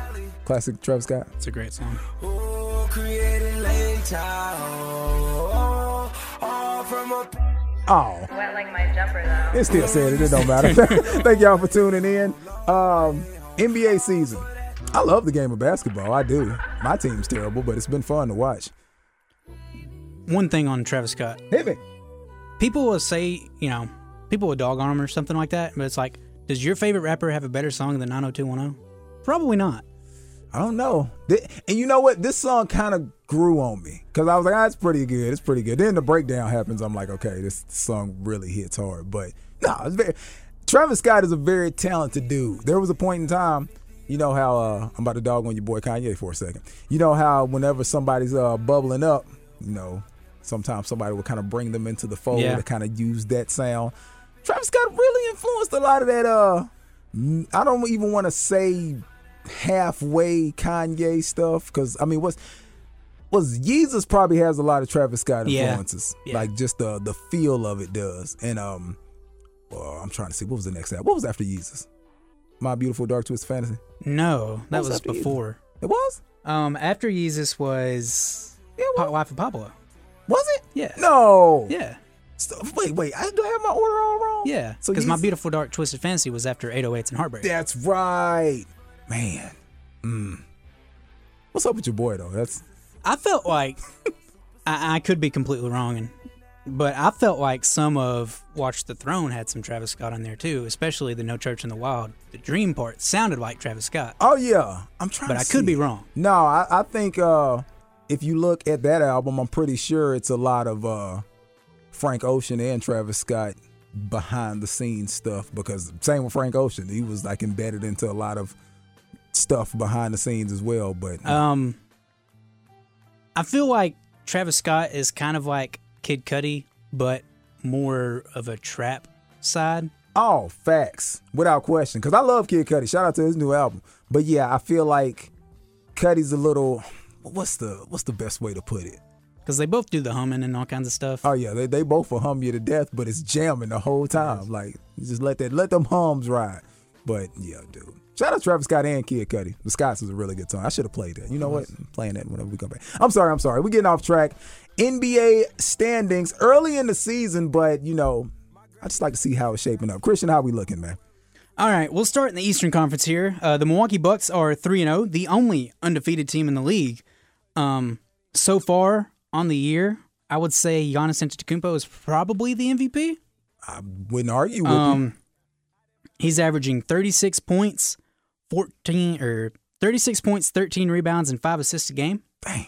Speaker 4: Classic Travis Scott.
Speaker 5: It's a great song.
Speaker 3: Ooh, created later. Oh, all from a
Speaker 4: Oh,
Speaker 7: Wet like my jumper though.
Speaker 4: it still said it. It don't matter. Thank y'all for tuning in. Um, NBA season. I love the game of basketball. I do. My team's terrible, but it's been fun to watch.
Speaker 5: One thing on Travis Scott.
Speaker 4: Hit me.
Speaker 5: People will say, you know, people will dog on him or something like that, but it's like, does your favorite rapper have a better song than 90210? Probably not.
Speaker 4: I don't know. Th- And you know what? This song kind of grew on me because I was like, ah, it's pretty good. It's pretty good. Then the breakdown happens. I'm like, okay, this song really hits hard. But no, it's very. Travis Scott is a very talented dude. There was a point in time, you know how uh, I'm about to dog on your boy Kanye for a second. You know how whenever somebody's uh, bubbling up, you know, sometimes somebody will kind of bring them into the fold
Speaker 5: Yeah.
Speaker 4: to kind of use that sound. Travis Scott really influenced a lot of that. Uh, n- I don't even want to say halfway Kanye stuff because I mean, what's was Yeezus probably has a lot of Travis Scott
Speaker 5: Yeah.
Speaker 4: influences,
Speaker 5: Yeah.
Speaker 4: like just the the feel of it does. And um, well, I'm trying to see what was the next album. What was after Yeezus? My Beautiful Dark Twisted Fantasy.
Speaker 5: No, that
Speaker 4: What's
Speaker 5: was
Speaker 4: up, dude?
Speaker 5: before.
Speaker 4: It was.
Speaker 5: Um, after Yeezus was
Speaker 4: Yeah, it
Speaker 5: Pop
Speaker 4: was.
Speaker 5: Life of Pablo.
Speaker 4: was it?
Speaker 5: Yeah.
Speaker 4: No.
Speaker 5: Yeah.
Speaker 4: So, wait, wait. I, do I have my order all wrong?
Speaker 5: Yeah,
Speaker 4: So
Speaker 5: because my
Speaker 4: Yeezy-
Speaker 5: beautiful dark twisted fantasy was after 808s and heartbreak.
Speaker 4: That's right, man. Mm. What's up with your boy though? That's
Speaker 5: I felt like I, I could be completely wrong, and but I felt like some of Watch the Throne had some Travis Scott on there too, especially the No Church in the Wild. The Dream part sounded like Travis Scott.
Speaker 4: oh yeah. I'm trying.
Speaker 5: But
Speaker 4: to
Speaker 5: I could
Speaker 4: see.
Speaker 5: be wrong.
Speaker 4: No, I, I think uh, if you look at that album, I'm pretty sure it's a lot of uh, Frank Ocean and Travis Scott behind the scenes stuff because same with Frank Ocean, he was like embedded into a lot of stuff behind the scenes as well. But
Speaker 5: Um, I feel like Travis Scott is kind of like Kid Cudi, but more of a trap side.
Speaker 4: All facts, without question. Because I love Kid Cudi. Shout out to his new album. But yeah, I feel like Cudi's a little. What's the What's the best way to put it?
Speaker 5: Because they both do the humming and all kinds of stuff.
Speaker 4: Oh yeah, they, they both will hum you to death, but it's jamming the whole time. Like you just let that let them hums ride. But yeah, dude. Shout out to Travis Scott and Kid Cudi. The Scots was a really good song. I should have played that. You know what? I'm playing that whenever we come back. I'm sorry. I'm sorry. We're getting off track. NBA standings early in the season, but you know, I just like to see how it's shaping up. Christian, how we looking, man?
Speaker 5: All right, we'll start in the Eastern Conference here. Uh, the Milwaukee Bucks are 3 0, the only undefeated team in the league. Um, so far on the year, I would say Giannis Antetokounmpo is probably the MVP.
Speaker 4: I wouldn't argue with you.
Speaker 5: Um, he's averaging 36 points, 14 or 36 points, 13 rebounds, and five assists a game.
Speaker 4: Bang.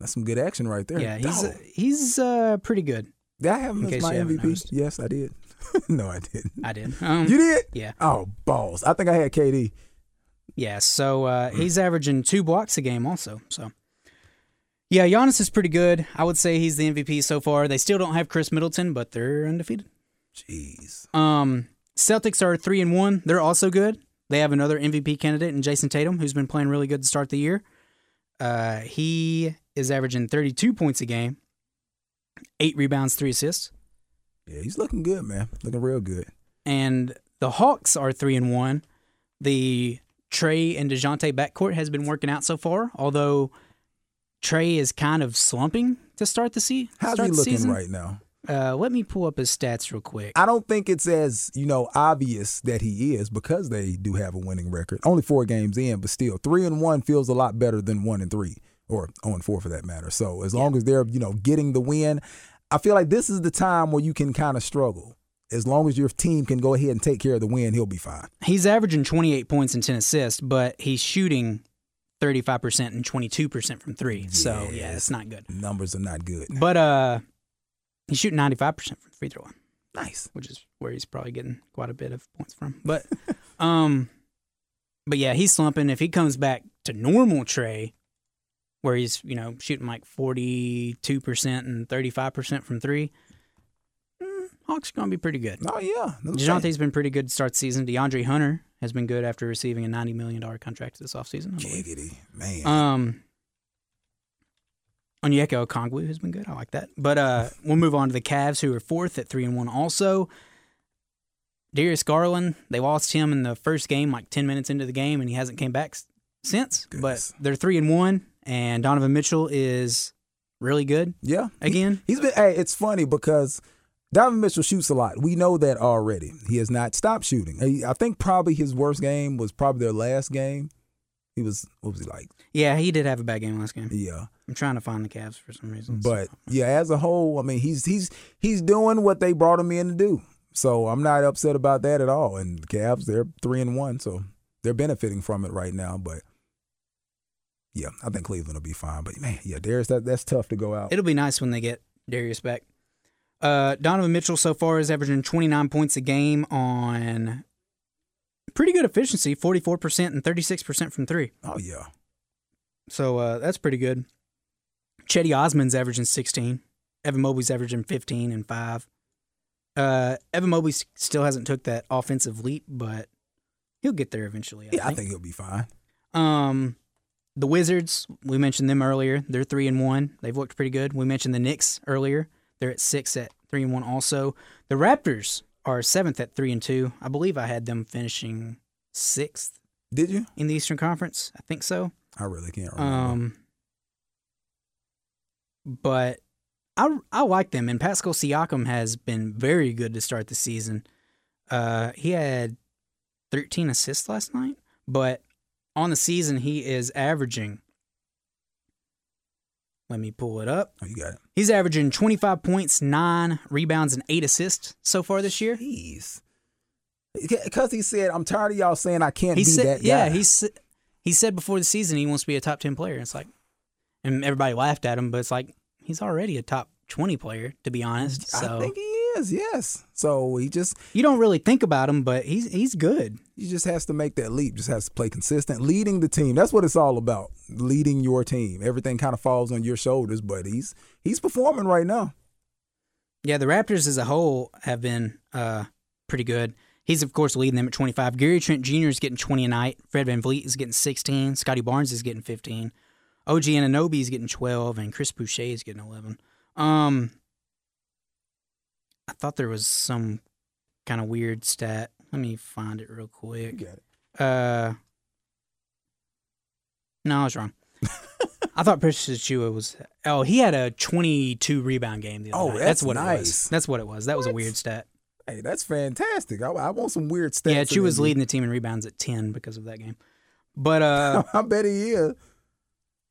Speaker 4: That's some good action right there.
Speaker 5: Yeah, he's
Speaker 4: Dog.
Speaker 5: he's uh, pretty good.
Speaker 4: Did I have him
Speaker 5: in
Speaker 4: as
Speaker 5: case
Speaker 4: my
Speaker 5: you haven't
Speaker 4: MVP?
Speaker 5: noticed.
Speaker 4: Yes, I did. no, I didn't.
Speaker 5: I did. Um,
Speaker 4: You did?
Speaker 5: Yeah.
Speaker 4: Oh, balls. I think I had KD.
Speaker 5: Yeah, so uh, he's averaging two blocks a game also. So yeah, Giannis is pretty good. I would say he's the MVP so far. They still don't have Chris Middleton, but they're undefeated.
Speaker 4: Jeez.
Speaker 5: Um, Celtics are three and one. They're also good. They have another MVP candidate in Jason Tatum, who's been playing really good to start the year. Uh, he is averaging 32 points a game, eight rebounds, three assists.
Speaker 4: Yeah, he's looking good, man. Looking real good.
Speaker 5: And the Hawks are three and one. The Trey and Dejounte backcourt has been working out so far, although Trey is kind of slumping to start the, se-
Speaker 4: How's
Speaker 5: start
Speaker 4: he
Speaker 5: the
Speaker 4: looking
Speaker 5: season.
Speaker 4: right now?
Speaker 5: Uh, let me pull up his stats real quick.
Speaker 4: I don't think it's as, you know, obvious that he is because they do have a winning record. Only four games in, but still three and one feels a lot better than one and three. Or 0 and 4 for that matter. So as long as they're, you know, getting the win, I feel like this is the time where you can kind of struggle. As long as your team can go ahead and take care of the win, he'll be fine.
Speaker 5: He's averaging 28 points and 10 assists, but he's shooting 35% and 22% from three. So, yeah, it's not good.
Speaker 4: Numbers are not good.
Speaker 5: But uh, he's shooting 95% from the free throw line,
Speaker 4: Nice.
Speaker 5: which is where he's probably getting quite a bit of points from. But, um, but yeah, he's slumping. If he comes back to normal Trey, where he's, you know, shooting like 42% and 35% from three, mm, Hawks are going to be pretty good.
Speaker 4: Oh yeah, No shame.
Speaker 5: DeJounte's been pretty good to start the season. DeAndre Hunter has been good after receiving a $90 million contract this offseason. I believe.
Speaker 4: Giggity, man.
Speaker 5: Um, Onyeka Okongwu has been good. I like that. But uh, we'll move on to the Cavs, who are fourth at 3 and 1 also. Darius Garland, they lost him in the first game, like 10 minutes into the game, and he hasn't came back s- since.
Speaker 4: Goodness.
Speaker 5: But they're 3 and 1, and Donovan Mitchell is really good.
Speaker 4: yeah,
Speaker 5: Again?
Speaker 4: he, has been. Hey, it's funny because Donovan Mitchell shoots a lot. We know that already. He has not stopped shooting. He- I think probably his worst game was probably their last game. He was what was he like?
Speaker 5: Yeah, he did have a bad game last game.
Speaker 4: Yeah,
Speaker 5: I'm trying to find the Cavs for some reason. so-
Speaker 4: but yeah, as a whole, I mean, he's he's he's doing what they brought him in to do. So I'm not upset about that at all. And the Cavs, they're three and one, so they're benefiting from it right now. But yeah, I think Cleveland will be fine. But man, yeah, Darius, that that's tough to go out.
Speaker 5: It'll be nice when they get Darius back. Uh, Donovan Mitchell so far is averaging 29 points a game on pretty good efficiency, 44% and 36% from three.
Speaker 4: oh yeah.
Speaker 5: So uh, that's pretty good. Chetty Osman's averaging 16. Evan Mobley's averaging 15 and 5. Uh, Evan Mobley s- still hasn't took that offensive leap, but he'll get there eventually. I
Speaker 4: Yeah, I
Speaker 5: think.
Speaker 4: think he'll be fine.
Speaker 5: Um, the Wizards, we mentioned them earlier. They're three and one. They've looked pretty good. We mentioned the Knicks earlier. They're at six at three and one. Also, the Raptors are seventh at three and two. I believe I had them finishing sixth
Speaker 4: Did you?
Speaker 5: in the Eastern Conference. I think so.
Speaker 4: I really can't remember.
Speaker 5: Um, but I I like them, and Pascal Siakam has been very good to start the season. Uh, he had 13 assists last night, but on the season he is averaging. Let me pull it up.
Speaker 4: Oh, you got it.
Speaker 5: He's averaging 25 points, nine rebounds, and eight assists so far this year.
Speaker 4: Jeez. Because he said, "I'm tired of y'all saying I can't
Speaker 5: He
Speaker 4: be
Speaker 5: said,
Speaker 4: that guy."
Speaker 5: "Yeah, he s- he said before the season he wants to be a top 10 player." It's like, and everybody laughed at him, but it's like he's already a top 20 player to be honest. So
Speaker 4: I think he is. Yes. So he just
Speaker 5: you don't really think about him, but he's he's good.
Speaker 4: he just has to make that leap. Just has to play consistent, leading the team. That's what it's all about. Leading your team. Everything kind of falls on your shoulders, but he's he's performing right now.
Speaker 5: Yeah, the Raptors as a whole have been uh, pretty good. He's of course leading them at 25. Gary Trent Jr. is getting 20 a night. Fred Van Vliet is getting 16. Scotty Barnes is getting 15. OG Ananobi is getting 12, and Chris Boucher is getting 11. Um, I thought there was some kind of weird stat. Let me find it real quick.
Speaker 4: got it.
Speaker 5: Uh, no, I was wrong. I thought Precious Achua was. Oh, he had a 22 rebound game the other
Speaker 4: Oh,
Speaker 5: night.
Speaker 4: that's
Speaker 5: what it
Speaker 4: nice.
Speaker 5: was. That's what it was. That was a weird stat.
Speaker 4: Hey, that's fantastic. I, I want some weird stats.
Speaker 5: yeah,
Speaker 4: in
Speaker 5: Achua's
Speaker 4: the NBA.
Speaker 5: leading the team in rebounds at 10 because of that game. But uh,
Speaker 4: I bet he is.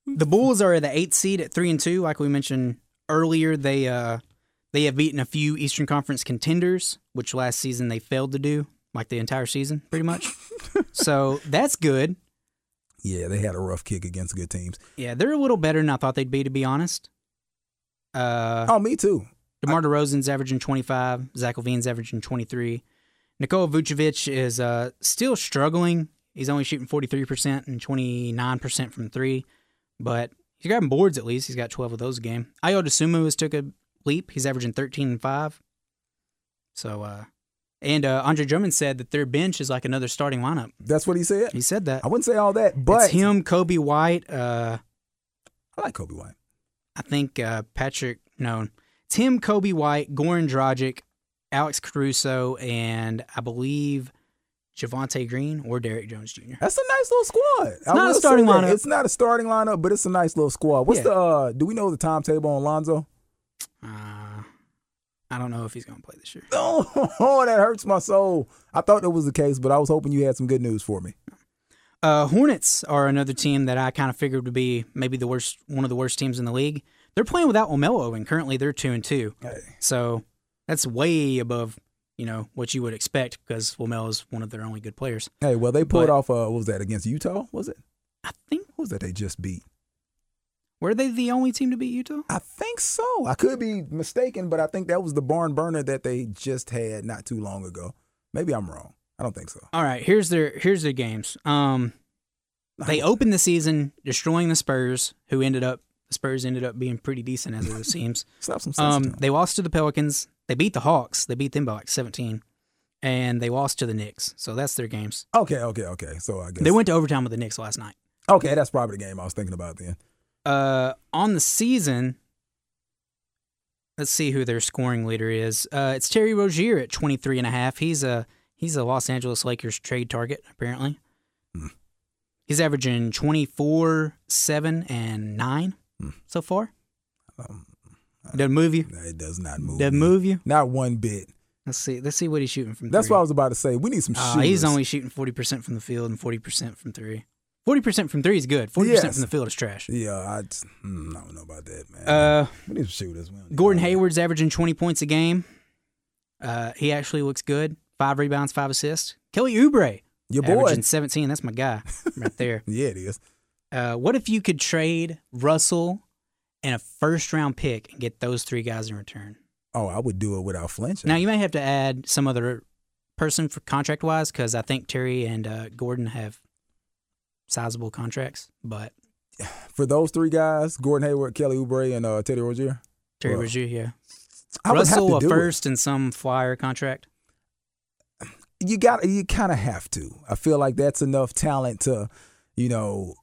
Speaker 5: the Bulls are the eighth seed at three and two. Like we mentioned earlier, they uh, they have beaten a few Eastern Conference contenders, which last season they failed to do, like the entire season, pretty much. so that's good.
Speaker 4: Yeah, they had a rough kick against good teams.
Speaker 5: Yeah, they're a little better than I thought they'd be, to be honest. Uh,
Speaker 4: Oh, me too.
Speaker 5: DeMar DeRozan's averaging 25. Zach Levine's averaging 23. Nikola Vucevic is uh, still struggling. He's only shooting 43% and 29% from three, but he's grabbing boards at least. He's got 12 of those a game. Ayo Dosunmu has took a leap. He's averaging 13 and 5. So, uh, and uh, Andre Drummond said that their bench is like another starting lineup.
Speaker 4: That's what he said.
Speaker 5: He said that.
Speaker 4: I wouldn't say all that, but
Speaker 5: it's him, Kobe White, uh,
Speaker 4: I like Kobe White.
Speaker 5: I think uh, Patrick, no, Tim Kobe White, Goran Dragic, Alex Caruso, and I believe Javante Green or Derek Jones Jr.
Speaker 4: That's a nice little squad. It's
Speaker 5: not a starting lineup.
Speaker 4: It's not a starting lineup, but it's a nice little squad. What's
Speaker 5: Yeah.
Speaker 4: the? uh Do we know the timetable on Lonzo?
Speaker 5: Uh, I don't know if he's going to play this year.
Speaker 4: Oh, oh, that hurts my soul. I thought that was the case, but I was hoping you had some good news for me.
Speaker 5: Uh, Hornets are another team that I kind of figured would be maybe the worst, one of the worst teams in the league. They're playing without Omelo, and currently they're two and two.
Speaker 4: Hey.
Speaker 5: So that's way above, you know, what you would expect because Omelo is one of their only good players.
Speaker 4: Hey, well, they pulled
Speaker 5: But-
Speaker 4: off. Uh, what was that against Utah? Was it?
Speaker 5: I think
Speaker 4: What was that they just beat?
Speaker 5: were they the only team to beat Utah?
Speaker 4: I think so. I could be mistaken, but I think that was the barn burner that they just had not too long ago. Maybe I'm wrong. I don't think so.
Speaker 5: All right, here's their here's their games. Um, they opened the season destroying the Spurs, who ended up the Spurs ended up being pretty decent as it seems.
Speaker 4: Slap some sense into
Speaker 5: Um,
Speaker 4: 'em.
Speaker 5: they lost to the Pelicans. They beat the Hawks. They beat them by like 17, and they lost to the Knicks. So that's their games.
Speaker 4: okay, okay, okay. So I guess
Speaker 5: They went to overtime with the Knicks last night.
Speaker 4: Okay, that's probably the game I was thinking about then.
Speaker 5: Uh, on the season, let's see who their scoring leader is. Uh, it's Terry Rozier at 23 and a half. He's a he's a Los Angeles Lakers trade target apparently.
Speaker 4: Hmm.
Speaker 5: He's averaging 24, 7 and 9
Speaker 4: Hmm.
Speaker 5: so far. Doesn't move you.
Speaker 4: No, It does not move.
Speaker 5: Doesn't
Speaker 4: me.
Speaker 5: move you.
Speaker 4: Not one bit.
Speaker 5: Let's see. Let's see what he's shooting from.
Speaker 4: That's
Speaker 5: three.
Speaker 4: what I was about to say. We need some
Speaker 5: Uh,
Speaker 4: shooters.
Speaker 5: he's only shooting 40% from the field and 40% from 3. 40% from 3 is good. 40%
Speaker 4: Yes.
Speaker 5: from the field is trash.
Speaker 4: Yeah, I, just- mm, I don't know about that, man.
Speaker 5: Uh
Speaker 4: we need some shooters. We don't need
Speaker 5: Gordon
Speaker 4: all that.
Speaker 5: Hayward's averaging 20 points a game. Uh, he actually looks good. Five rebounds, five assists. Kelly Oubre,
Speaker 4: Your boy.
Speaker 5: averaging 17. That's my guy right there.
Speaker 4: Yeah, it is.
Speaker 5: Uh, what if you could trade Russell and a first round pick and get those three guys in return?
Speaker 4: Oh, I would do it without flinching.
Speaker 5: Now you may have to add some other person for contract wise because I think Terry and uh, Gordon have sizable contracts, but
Speaker 4: For those three guys, Gordon Hayward, Kelly Oubre, and uh, Teddy Rozier,
Speaker 5: Terry
Speaker 4: Well,
Speaker 5: Rozier, yeah,
Speaker 4: I
Speaker 5: Russell
Speaker 4: would have to
Speaker 5: a
Speaker 4: do it.
Speaker 5: first and some flyer contract.
Speaker 4: you got you kind of have to. I feel like that's enough talent to, you know,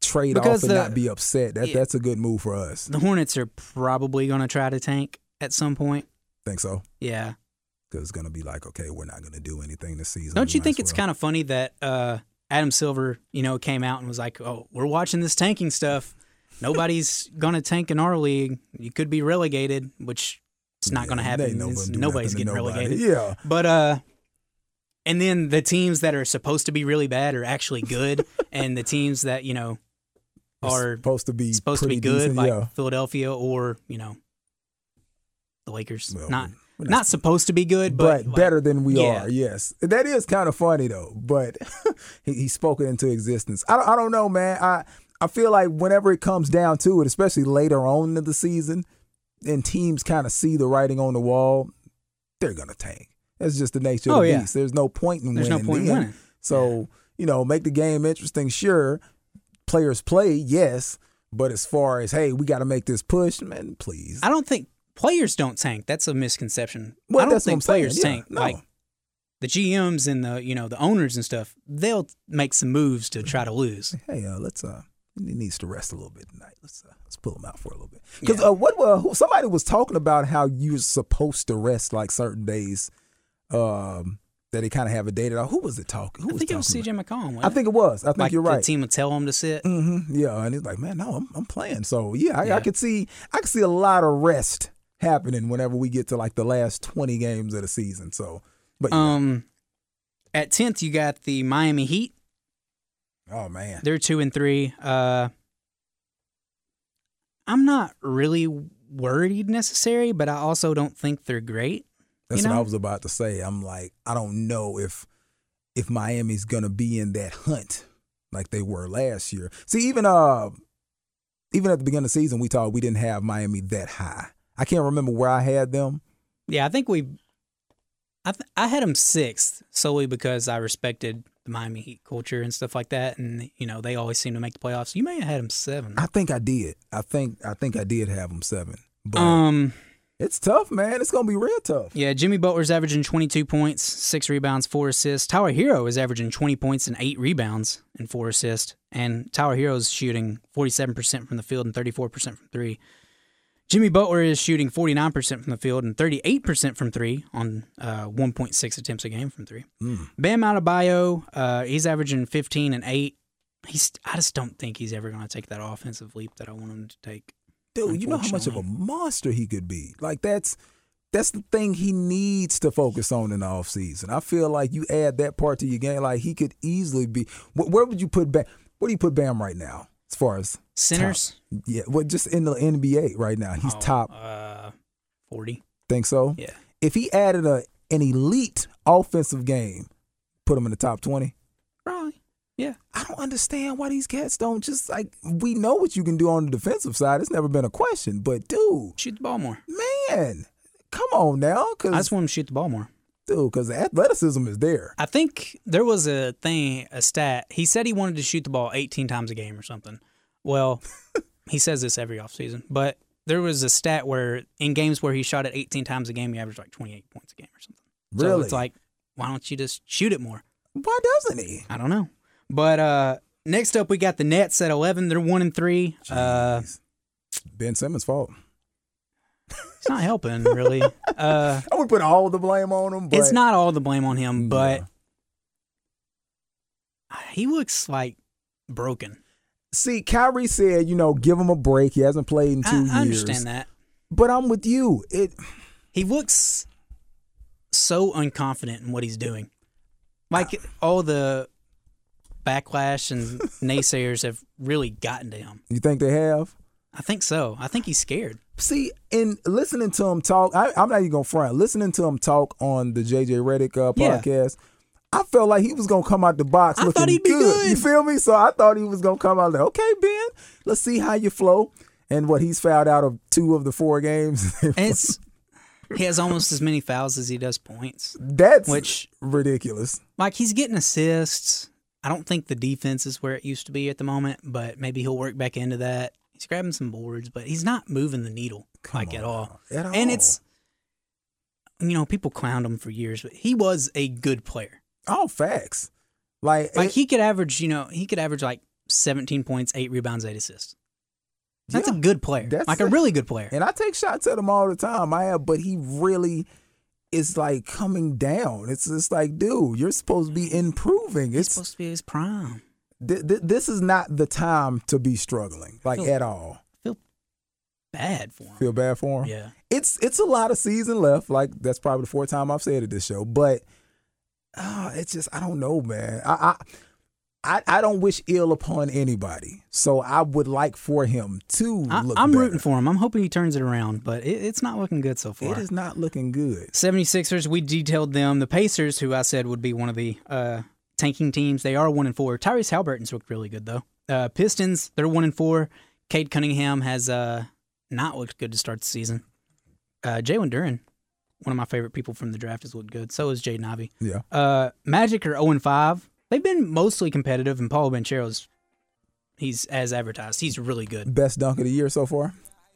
Speaker 4: trade
Speaker 5: Because
Speaker 4: off and
Speaker 5: the-
Speaker 4: not be upset. That
Speaker 5: Yeah.
Speaker 4: that's a good move for us.
Speaker 5: The Hornets are probably going to try to tank at some point.
Speaker 4: Think so?
Speaker 5: Yeah.
Speaker 4: Because it's gonna be like, okay, we're not gonna do anything this season.
Speaker 5: Don't you think it's kind of funny that uh, Adam Silver, you know, came out and was like, "Oh, we're watching this tanking stuff," Nobody's gonna tank in our league. You could be relegated, which it's not gonna
Speaker 4: Yeah, they
Speaker 5: happen.
Speaker 4: know
Speaker 5: It's-
Speaker 4: but do
Speaker 5: Nobody's
Speaker 4: nothing
Speaker 5: getting
Speaker 4: to nobody.
Speaker 5: relegated.
Speaker 4: Yeah.
Speaker 5: But uh and then the teams that are supposed to be really bad are actually good and the teams that, you know, are
Speaker 4: supposed to be
Speaker 5: supposed to be
Speaker 4: pretty
Speaker 5: good
Speaker 4: decent,
Speaker 5: like
Speaker 4: yeah.
Speaker 5: Philadelphia or, you know, the Lakers.
Speaker 4: Well,
Speaker 5: not
Speaker 4: we're
Speaker 5: not,
Speaker 4: not-
Speaker 5: supposed to be good, but,
Speaker 4: but
Speaker 5: like,
Speaker 4: better than we
Speaker 5: yeah.
Speaker 4: are. Yes, that is kind of funny though. But he, he spoke it into existence. I don't, I don't know, man. I I feel like whenever it comes down to it, especially later on in the season, and teams kind of see the writing on the wall, they're gonna tank. That's just the nature
Speaker 5: Oh,
Speaker 4: of the
Speaker 5: yeah.
Speaker 4: beast. There's no point in
Speaker 5: There's no
Speaker 4: winning.
Speaker 5: point in
Speaker 4: then.
Speaker 5: winning.
Speaker 4: So you know, make the game interesting. Sure, players play. Yes. But as far as hey, we got to make this push, man. Please,
Speaker 5: I don't think players don't tank. That's a misconception.
Speaker 4: Well,
Speaker 5: I don't
Speaker 4: that's what
Speaker 5: think
Speaker 4: I'm saying.
Speaker 5: players
Speaker 4: Yeah,
Speaker 5: tank.
Speaker 4: no.
Speaker 5: Like the GMs and the you know the owners and stuff, they'll make some moves to try to lose.
Speaker 4: hey, uh, let's uh, he needs to rest a little bit tonight. Let's uh, let's pull him out for a little bit. Because
Speaker 5: Yeah.
Speaker 4: uh, what uh, who- somebody was talking about how you're supposed to rest like certain days, um, that they kind of have a date at all. Who was it talking? Who
Speaker 5: I
Speaker 4: was
Speaker 5: think it was
Speaker 4: talking
Speaker 5: CJ McCollum.
Speaker 4: about- I think it was. I think
Speaker 5: like
Speaker 4: you're
Speaker 5: The
Speaker 4: right.
Speaker 5: team would tell him to sit.
Speaker 4: hmm Yeah, and he's like, man, no, I'm, I'm playing. So yeah, I, I
Speaker 5: Yeah.
Speaker 4: could see I could see a lot of rest happening whenever we get to like the last 20 games of the season. So, but yeah.
Speaker 5: Um, at tenth, you got the Miami Heat.
Speaker 4: oh man,
Speaker 5: They're two and three. Uh, I'm not really worried necessarily, but I also don't think they're great.
Speaker 4: That's
Speaker 5: you
Speaker 4: what I
Speaker 5: know?
Speaker 4: was about to say. I'm like, I don't know if if Miami's gonna be in that hunt like they were last year. See, even uh even at the beginning of the season, we thought we didn't have Miami that high. I can't remember where I had them.
Speaker 5: Yeah, I think we. I th- I had them sixth solely because I respected the Miami Heat culture and stuff like that, and you know they always seem to make the playoffs. You may have had them seven.
Speaker 4: I think I did. I think I think I did have them seven. But
Speaker 5: Um,
Speaker 4: it's tough, man. It's gonna be real tough.
Speaker 5: yeah, Jimmy Butler's averaging 22 points, six rebounds, four assists. Tower Hero is averaging 20 points and eight rebounds and four assists, and Tower Hero's shooting 47% from the field and 34% from three. Jimmy Butler is shooting 49% from the field and 38% from three on uh, 1.6 attempts a game from three. Bam Adebayo, uh, he's averaging 15 and 8. He's, I just don't think he's ever going to take that offensive leap that I want him to take.
Speaker 4: Dude, you know how much of a monster he could be. Like that's that's the thing he needs to focus on in the offseason. I feel like you add that part to your game, like he could easily be. Where, where would you put Bam? Where do you put Bam right now? As far as
Speaker 5: Centers,
Speaker 4: top? yeah, well, just in the NBA right now, he's
Speaker 5: Oh,
Speaker 4: top.
Speaker 5: uh, 40.
Speaker 4: think so?
Speaker 5: Yeah.
Speaker 4: If he added a an elite offensive game, put him in the top twenty.
Speaker 5: Probably. Yeah.
Speaker 4: I don't understand why these cats don't just like we know what you can do on the defensive side. It's never been a question, but dude.
Speaker 5: Shoot the ball more.
Speaker 4: man, come on now,
Speaker 5: I
Speaker 4: because
Speaker 5: just want him to shoot the ball more.
Speaker 4: dude, because athleticism is there.
Speaker 5: I think there was a thing, a stat. He said he wanted to shoot the ball 18 times a game or something. Well, he says this every offseason, but there was a stat where in games where he shot it 18 times a game, he averaged like 28 points a game or something. So
Speaker 4: Really?
Speaker 5: it's like, why don't you just shoot it more?
Speaker 4: Why doesn't he?
Speaker 5: I don't know. But uh next up, we got the Nets at 11. They're 1 and 3. Uh,
Speaker 4: Jeez. ben Simmons' fault.
Speaker 5: it's not helping, really. Uh,
Speaker 4: I would put all the blame on him. But
Speaker 5: it's not all the blame on him, but
Speaker 4: Yeah.
Speaker 5: he looks like broken.
Speaker 4: See, Kyrie said, you know, give him a break. He hasn't played in two
Speaker 5: I,
Speaker 4: years.
Speaker 5: I understand that.
Speaker 4: But I'm with you. It.
Speaker 5: He looks so unconfident in what he's doing. Like all the backlash and naysayers have really gotten to him.
Speaker 4: You think they have?
Speaker 5: I think so. I think he's scared.
Speaker 4: See, in listening to him talk, I, I'm not even gonna front. Listening to him talk on the JJ Redick uh,
Speaker 5: Yeah.
Speaker 4: podcast, I felt like he was gonna come out the box
Speaker 5: I
Speaker 4: looking
Speaker 5: thought he'd be good.
Speaker 4: You feel me? So I thought he was gonna come out like, okay, Ben, let's see how you flow. And what he's fouled out of two of the four games,
Speaker 5: And it's he has almost as many fouls as he does points.
Speaker 4: that's
Speaker 5: Which-
Speaker 4: ridiculous.
Speaker 5: Like he's getting assists. I don't think the defense is where it used to be at the moment, but maybe he'll work back into that. He's grabbing some boards, but he's not moving the needle like
Speaker 4: on
Speaker 5: at all.
Speaker 4: now. At
Speaker 5: And
Speaker 4: all.
Speaker 5: it's you know, people clowned him for years, but he was a good player.
Speaker 4: All facts. Like,
Speaker 5: Like
Speaker 4: it-
Speaker 5: he could average, you know, he could average like 17 points, 8 rebounds, 8 assists. That's
Speaker 4: Yeah.
Speaker 5: a good player.
Speaker 4: That's
Speaker 5: like a
Speaker 4: it.
Speaker 5: really good player.
Speaker 4: and I take shots at him all the time. I have, but he really is like coming down. It's just like, dude, you're supposed to be improving.
Speaker 5: He's
Speaker 4: It's
Speaker 5: supposed to be his prime.
Speaker 4: th- th- this is not the time to be struggling, like
Speaker 5: Feel-
Speaker 4: at all.
Speaker 5: feel bad for him.
Speaker 4: Feel bad for him.
Speaker 5: Yeah.
Speaker 4: it's it's a lot of season left. Like that's probably the fourth time I've said it this show, but uh, it's just I don't know, man. I, I I I don't wish ill upon anybody, so I would like for him to.
Speaker 5: I,
Speaker 4: look
Speaker 5: I'm
Speaker 4: better.
Speaker 5: rooting for him. I'm hoping he turns it around, but it, it's not looking good so far.
Speaker 4: It is not looking good.
Speaker 5: 76ers, we detailed them. The Pacers, who I said would be one of the uh, tanking teams, they are one and four. Tyrese Halliburton's looked really good though. Uh, Pistons, they're one and four. Cade Cunningham has uh, not looked good to start the season. Uh, Jalen Duran, one of my favorite people from the draft, has looked good. So is Jaden Ivey.
Speaker 4: Yeah,
Speaker 5: Uh, Magic are zero and five. They've been mostly competitive, and Paul Banchero's he's as advertised. He's really good.
Speaker 4: best dunk of the year so far.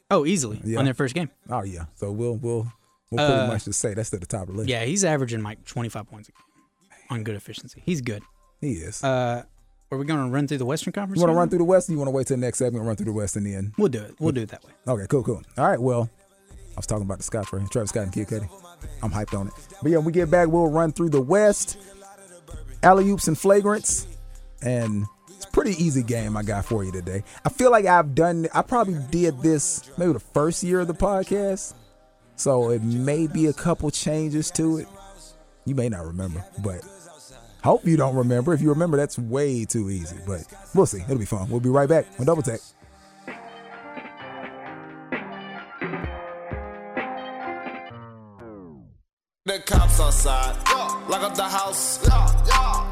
Speaker 5: Oh, easily
Speaker 4: Yeah.
Speaker 5: on their first game.
Speaker 4: Oh yeah, so we'll we'll we'll pretty
Speaker 5: Uh,
Speaker 4: much just say that's at the top of the list.
Speaker 5: Yeah, he's averaging like 25 points a game on good efficiency. He's good.
Speaker 4: he is.
Speaker 5: Uh, are we going to run through the Western Conference?
Speaker 4: you want to
Speaker 5: now?
Speaker 4: run through the West? Or you want to wait till the next segment? Run through the West and then.
Speaker 5: We'll do it. We'll do it that way.
Speaker 4: Okay, cool, cool. All right, well, I was talking about the Scott for Travis Scott and Kid Cudi. I'm hyped on it. But yeah, when we get back, we'll run through the West, alley oops and flagrants, and it's a pretty easy game I got for you today. I feel like I've done. I probably did this maybe the first year of the podcast, so it may be a couple changes to it. You may not remember, but. Hope you don't remember. If you remember, that's way too easy. But we'll see. It'll be fun. We'll be right back on Double Tech.
Speaker 8: The cops outside, lock up the house.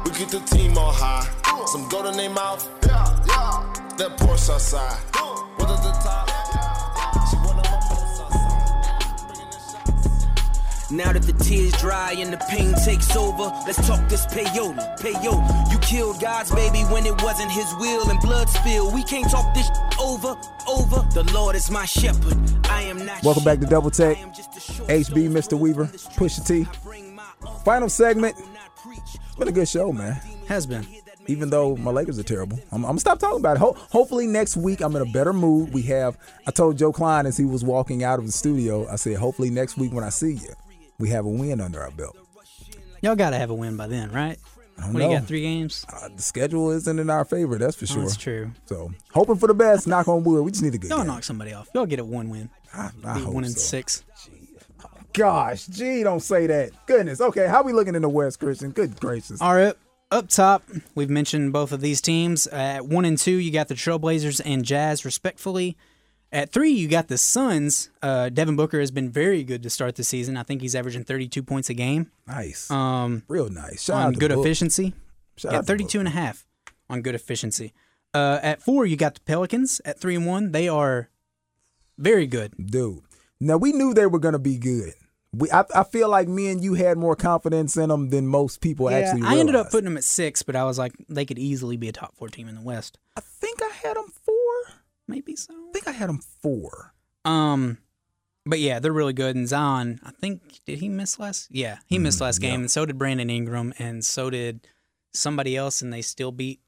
Speaker 8: We get the team on high. Some gold in their mouth. That Porsche outside. What is the top? She wanna mimosa outside. Bringing the shots.
Speaker 9: Now that the tears dry and the pain takes over, let's talk this peyote, peyote. You killed God's baby when it wasn't his will and blood spill. We can't talk this over, over. The Lord is my shepherd. I am not.
Speaker 4: Welcome back to
Speaker 9: sheep.
Speaker 4: Double Tech.
Speaker 9: I am just a short
Speaker 4: HB,
Speaker 9: story
Speaker 4: Mr. Weaver,
Speaker 9: from the streets.
Speaker 4: Pusha T.
Speaker 9: I bring my own,
Speaker 4: Final segment.
Speaker 9: do not preach.
Speaker 4: It's been a good show, man.
Speaker 5: Has been.
Speaker 4: Even though my Lakers are terrible, I'm, I'm gonna stop talking about it. Ho- hopefully next week I'm in a better mood. We have. I told Joe Klein as he was walking out of the studio, I said, hopefully next week when I see you, we have a win under our belt.
Speaker 5: Y'all got to have a win by then, right?
Speaker 4: I don't
Speaker 5: What
Speaker 4: know.
Speaker 5: do you got? Three games.
Speaker 4: Uh, the schedule isn't in our favor, that's for sure.
Speaker 5: That's true.
Speaker 4: So hoping for the best. knock on wood. We just need a good.
Speaker 5: Y'all
Speaker 4: game.
Speaker 5: knock somebody off. Y'all get a one win.
Speaker 4: I, I
Speaker 5: Be
Speaker 4: hope
Speaker 5: one and
Speaker 4: so.
Speaker 5: six.
Speaker 4: Gosh, gee, don't say that. Goodness. Okay, how we looking in the West, Christian? Good gracious.
Speaker 5: All right. Up top, we've mentioned both of these teams. At one and two, you got the Trailblazers and Jazz, respectfully. At three, you got the Suns. Uh, Devin Booker has been very good to start the season. I think he's averaging 32 points a game
Speaker 4: Nice.
Speaker 5: um,
Speaker 4: Real nice. Shout
Speaker 5: on
Speaker 4: out to
Speaker 5: good
Speaker 4: Book.
Speaker 5: efficiency.
Speaker 4: Shout
Speaker 5: yeah,
Speaker 4: out to Book.
Speaker 5: 32 and a half on good efficiency. Uh, at four, you got the Pelicans at three and one. They are very good.
Speaker 4: dude. Now we knew they were gonna be good. We, I, I feel like me and you had more confidence in them than most people actually.
Speaker 5: I ended up
Speaker 4: realized.
Speaker 5: putting them at six, but I was like, they could easily be a top four team in the West.
Speaker 4: I think I had them four.
Speaker 5: Maybe so.
Speaker 4: I think I had them four.
Speaker 5: Um, but yeah, they're really good. And Zion, I think did he miss last? Yeah, he
Speaker 4: Mm,
Speaker 5: missed last game, and so did Brandon Ingram, and so did somebody else, and they still beat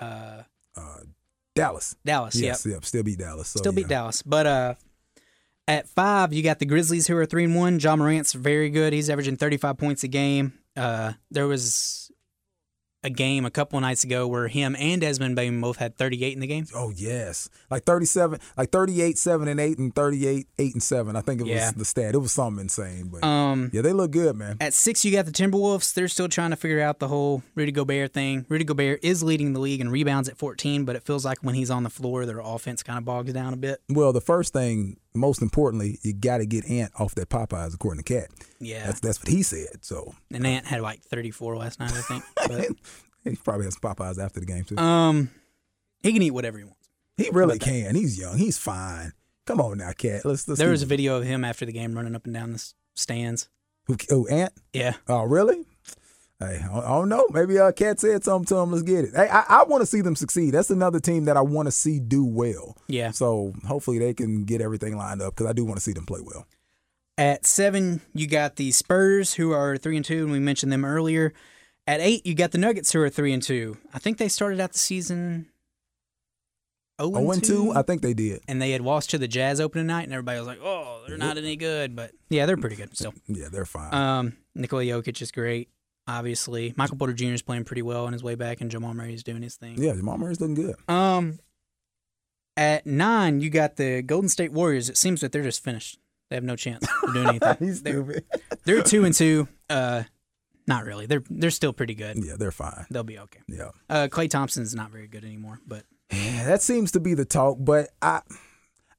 Speaker 5: uh,
Speaker 4: Dallas.
Speaker 5: Dallas. Yep.
Speaker 4: Yes, yep. Still beat Dallas. So,
Speaker 5: Still beat
Speaker 4: yeah.
Speaker 5: Dallas. But uh at five, you got the Grizzlies who are three and one. John Morant's very good. He's averaging thirty five points a game. Uh there was a game a couple nights ago where him and Desmond Bain both had thirty eight in the game.
Speaker 4: Oh yes, like thirty-seven, like thirty-eight, seven and eight, and thirty-eight, eight and seven. I think it was
Speaker 5: Yeah.
Speaker 4: the stat. It was something insane, but
Speaker 5: Um
Speaker 4: yeah, they look good, man.
Speaker 5: at six, you got the Timberwolves. They're still trying to figure out the whole Rudy Gobert thing. Rudy Gobert is leading the league in rebounds at 14, but it feels like when he's on the floor, their offense kind of bogs down a bit.
Speaker 4: Well, the first thing, most importantly, you got to get Ant off that Popeyes, according to Cat.
Speaker 5: Yeah.
Speaker 4: That's that's what he said. So
Speaker 5: and Ant had like 34 last night, I think. But,
Speaker 4: he probably has Popeyes after the game too.
Speaker 5: um, he can eat whatever he wants.
Speaker 4: He really can. He's young. He's fine. Come on now, cat. Let's let's.
Speaker 5: There
Speaker 4: keep-
Speaker 5: was a video of him after the game running up and down the s- stands.
Speaker 4: Who, oh, Ant.
Speaker 5: Yeah.
Speaker 4: Oh, really? Hey, I I don't know. Maybe uh, Cat said something to him. Let's get it. Hey, I, I want to see them succeed. That's another team that I want to see do well.
Speaker 5: Yeah.
Speaker 4: So hopefully they can get everything lined up because I do want to see them play well.
Speaker 5: At seven, you got the Spurs, who are three and two, and we mentioned them earlier. At eight, you got the Nuggets, who are three and two. I think they started out the season. Oh,
Speaker 4: Oh, and two, I think they did.
Speaker 5: and they had lost to the Jazz opening night, and everybody was like, "Oh, they're not any good," but yeah, they're pretty good still.
Speaker 4: Yeah, they're fine.
Speaker 5: Um, Nikola Jokic is great. obviously. Michael Porter Jr. is playing pretty well on his way back, and Jamal Murray is doing his thing.
Speaker 4: Yeah, Jamal Murray's looking good.
Speaker 5: Um, at nine, you got the Golden State Warriors. It seems that they're just finished. They have no chance of doing anything.
Speaker 4: He's
Speaker 5: they're,
Speaker 4: stupid.
Speaker 5: they're two and two. Uh, not really. They're they're still pretty good.
Speaker 4: Yeah, they're fine.
Speaker 5: They'll be okay.
Speaker 4: Yeah.
Speaker 5: Uh, Clay Thompson's not very good anymore, but
Speaker 4: Yeah, that seems to be the talk, but I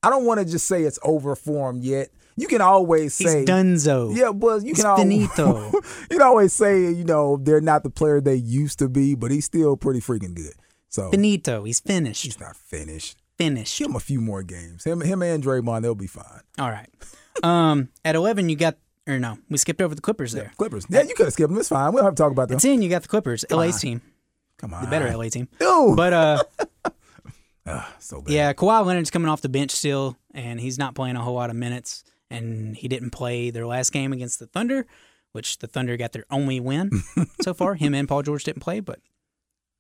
Speaker 4: I don't want to just say it's over for him yet. You can always
Speaker 5: he's
Speaker 4: say
Speaker 5: Dunzo.
Speaker 4: Yeah, well, you
Speaker 5: It's
Speaker 4: can al-
Speaker 5: finito.
Speaker 4: you can always say you know they're not the player they used to be, but he's still pretty freaking good. So
Speaker 5: Benito, he's finished.
Speaker 4: he's not finished.
Speaker 5: Finished.
Speaker 4: Give him a few more games. Him, him and Draymond, they'll be fine.
Speaker 5: All right. Um, at eleven, you got or no, we skipped over the Clippers there.
Speaker 4: Clippers. Yeah, you could have skipped them. It's fine. We don't have to talk about them.
Speaker 5: At ten, you got the Clippers, LA's team,
Speaker 4: Come on,
Speaker 5: the better LA team.
Speaker 4: Dude,
Speaker 5: But uh,
Speaker 4: so bad.
Speaker 5: yeah, Kawhi Leonard's coming off the bench still, and he's not playing a whole lot of minutes. And he didn't play their last game against the Thunder, which the Thunder got their only win so far. Him and Paul George didn't play, but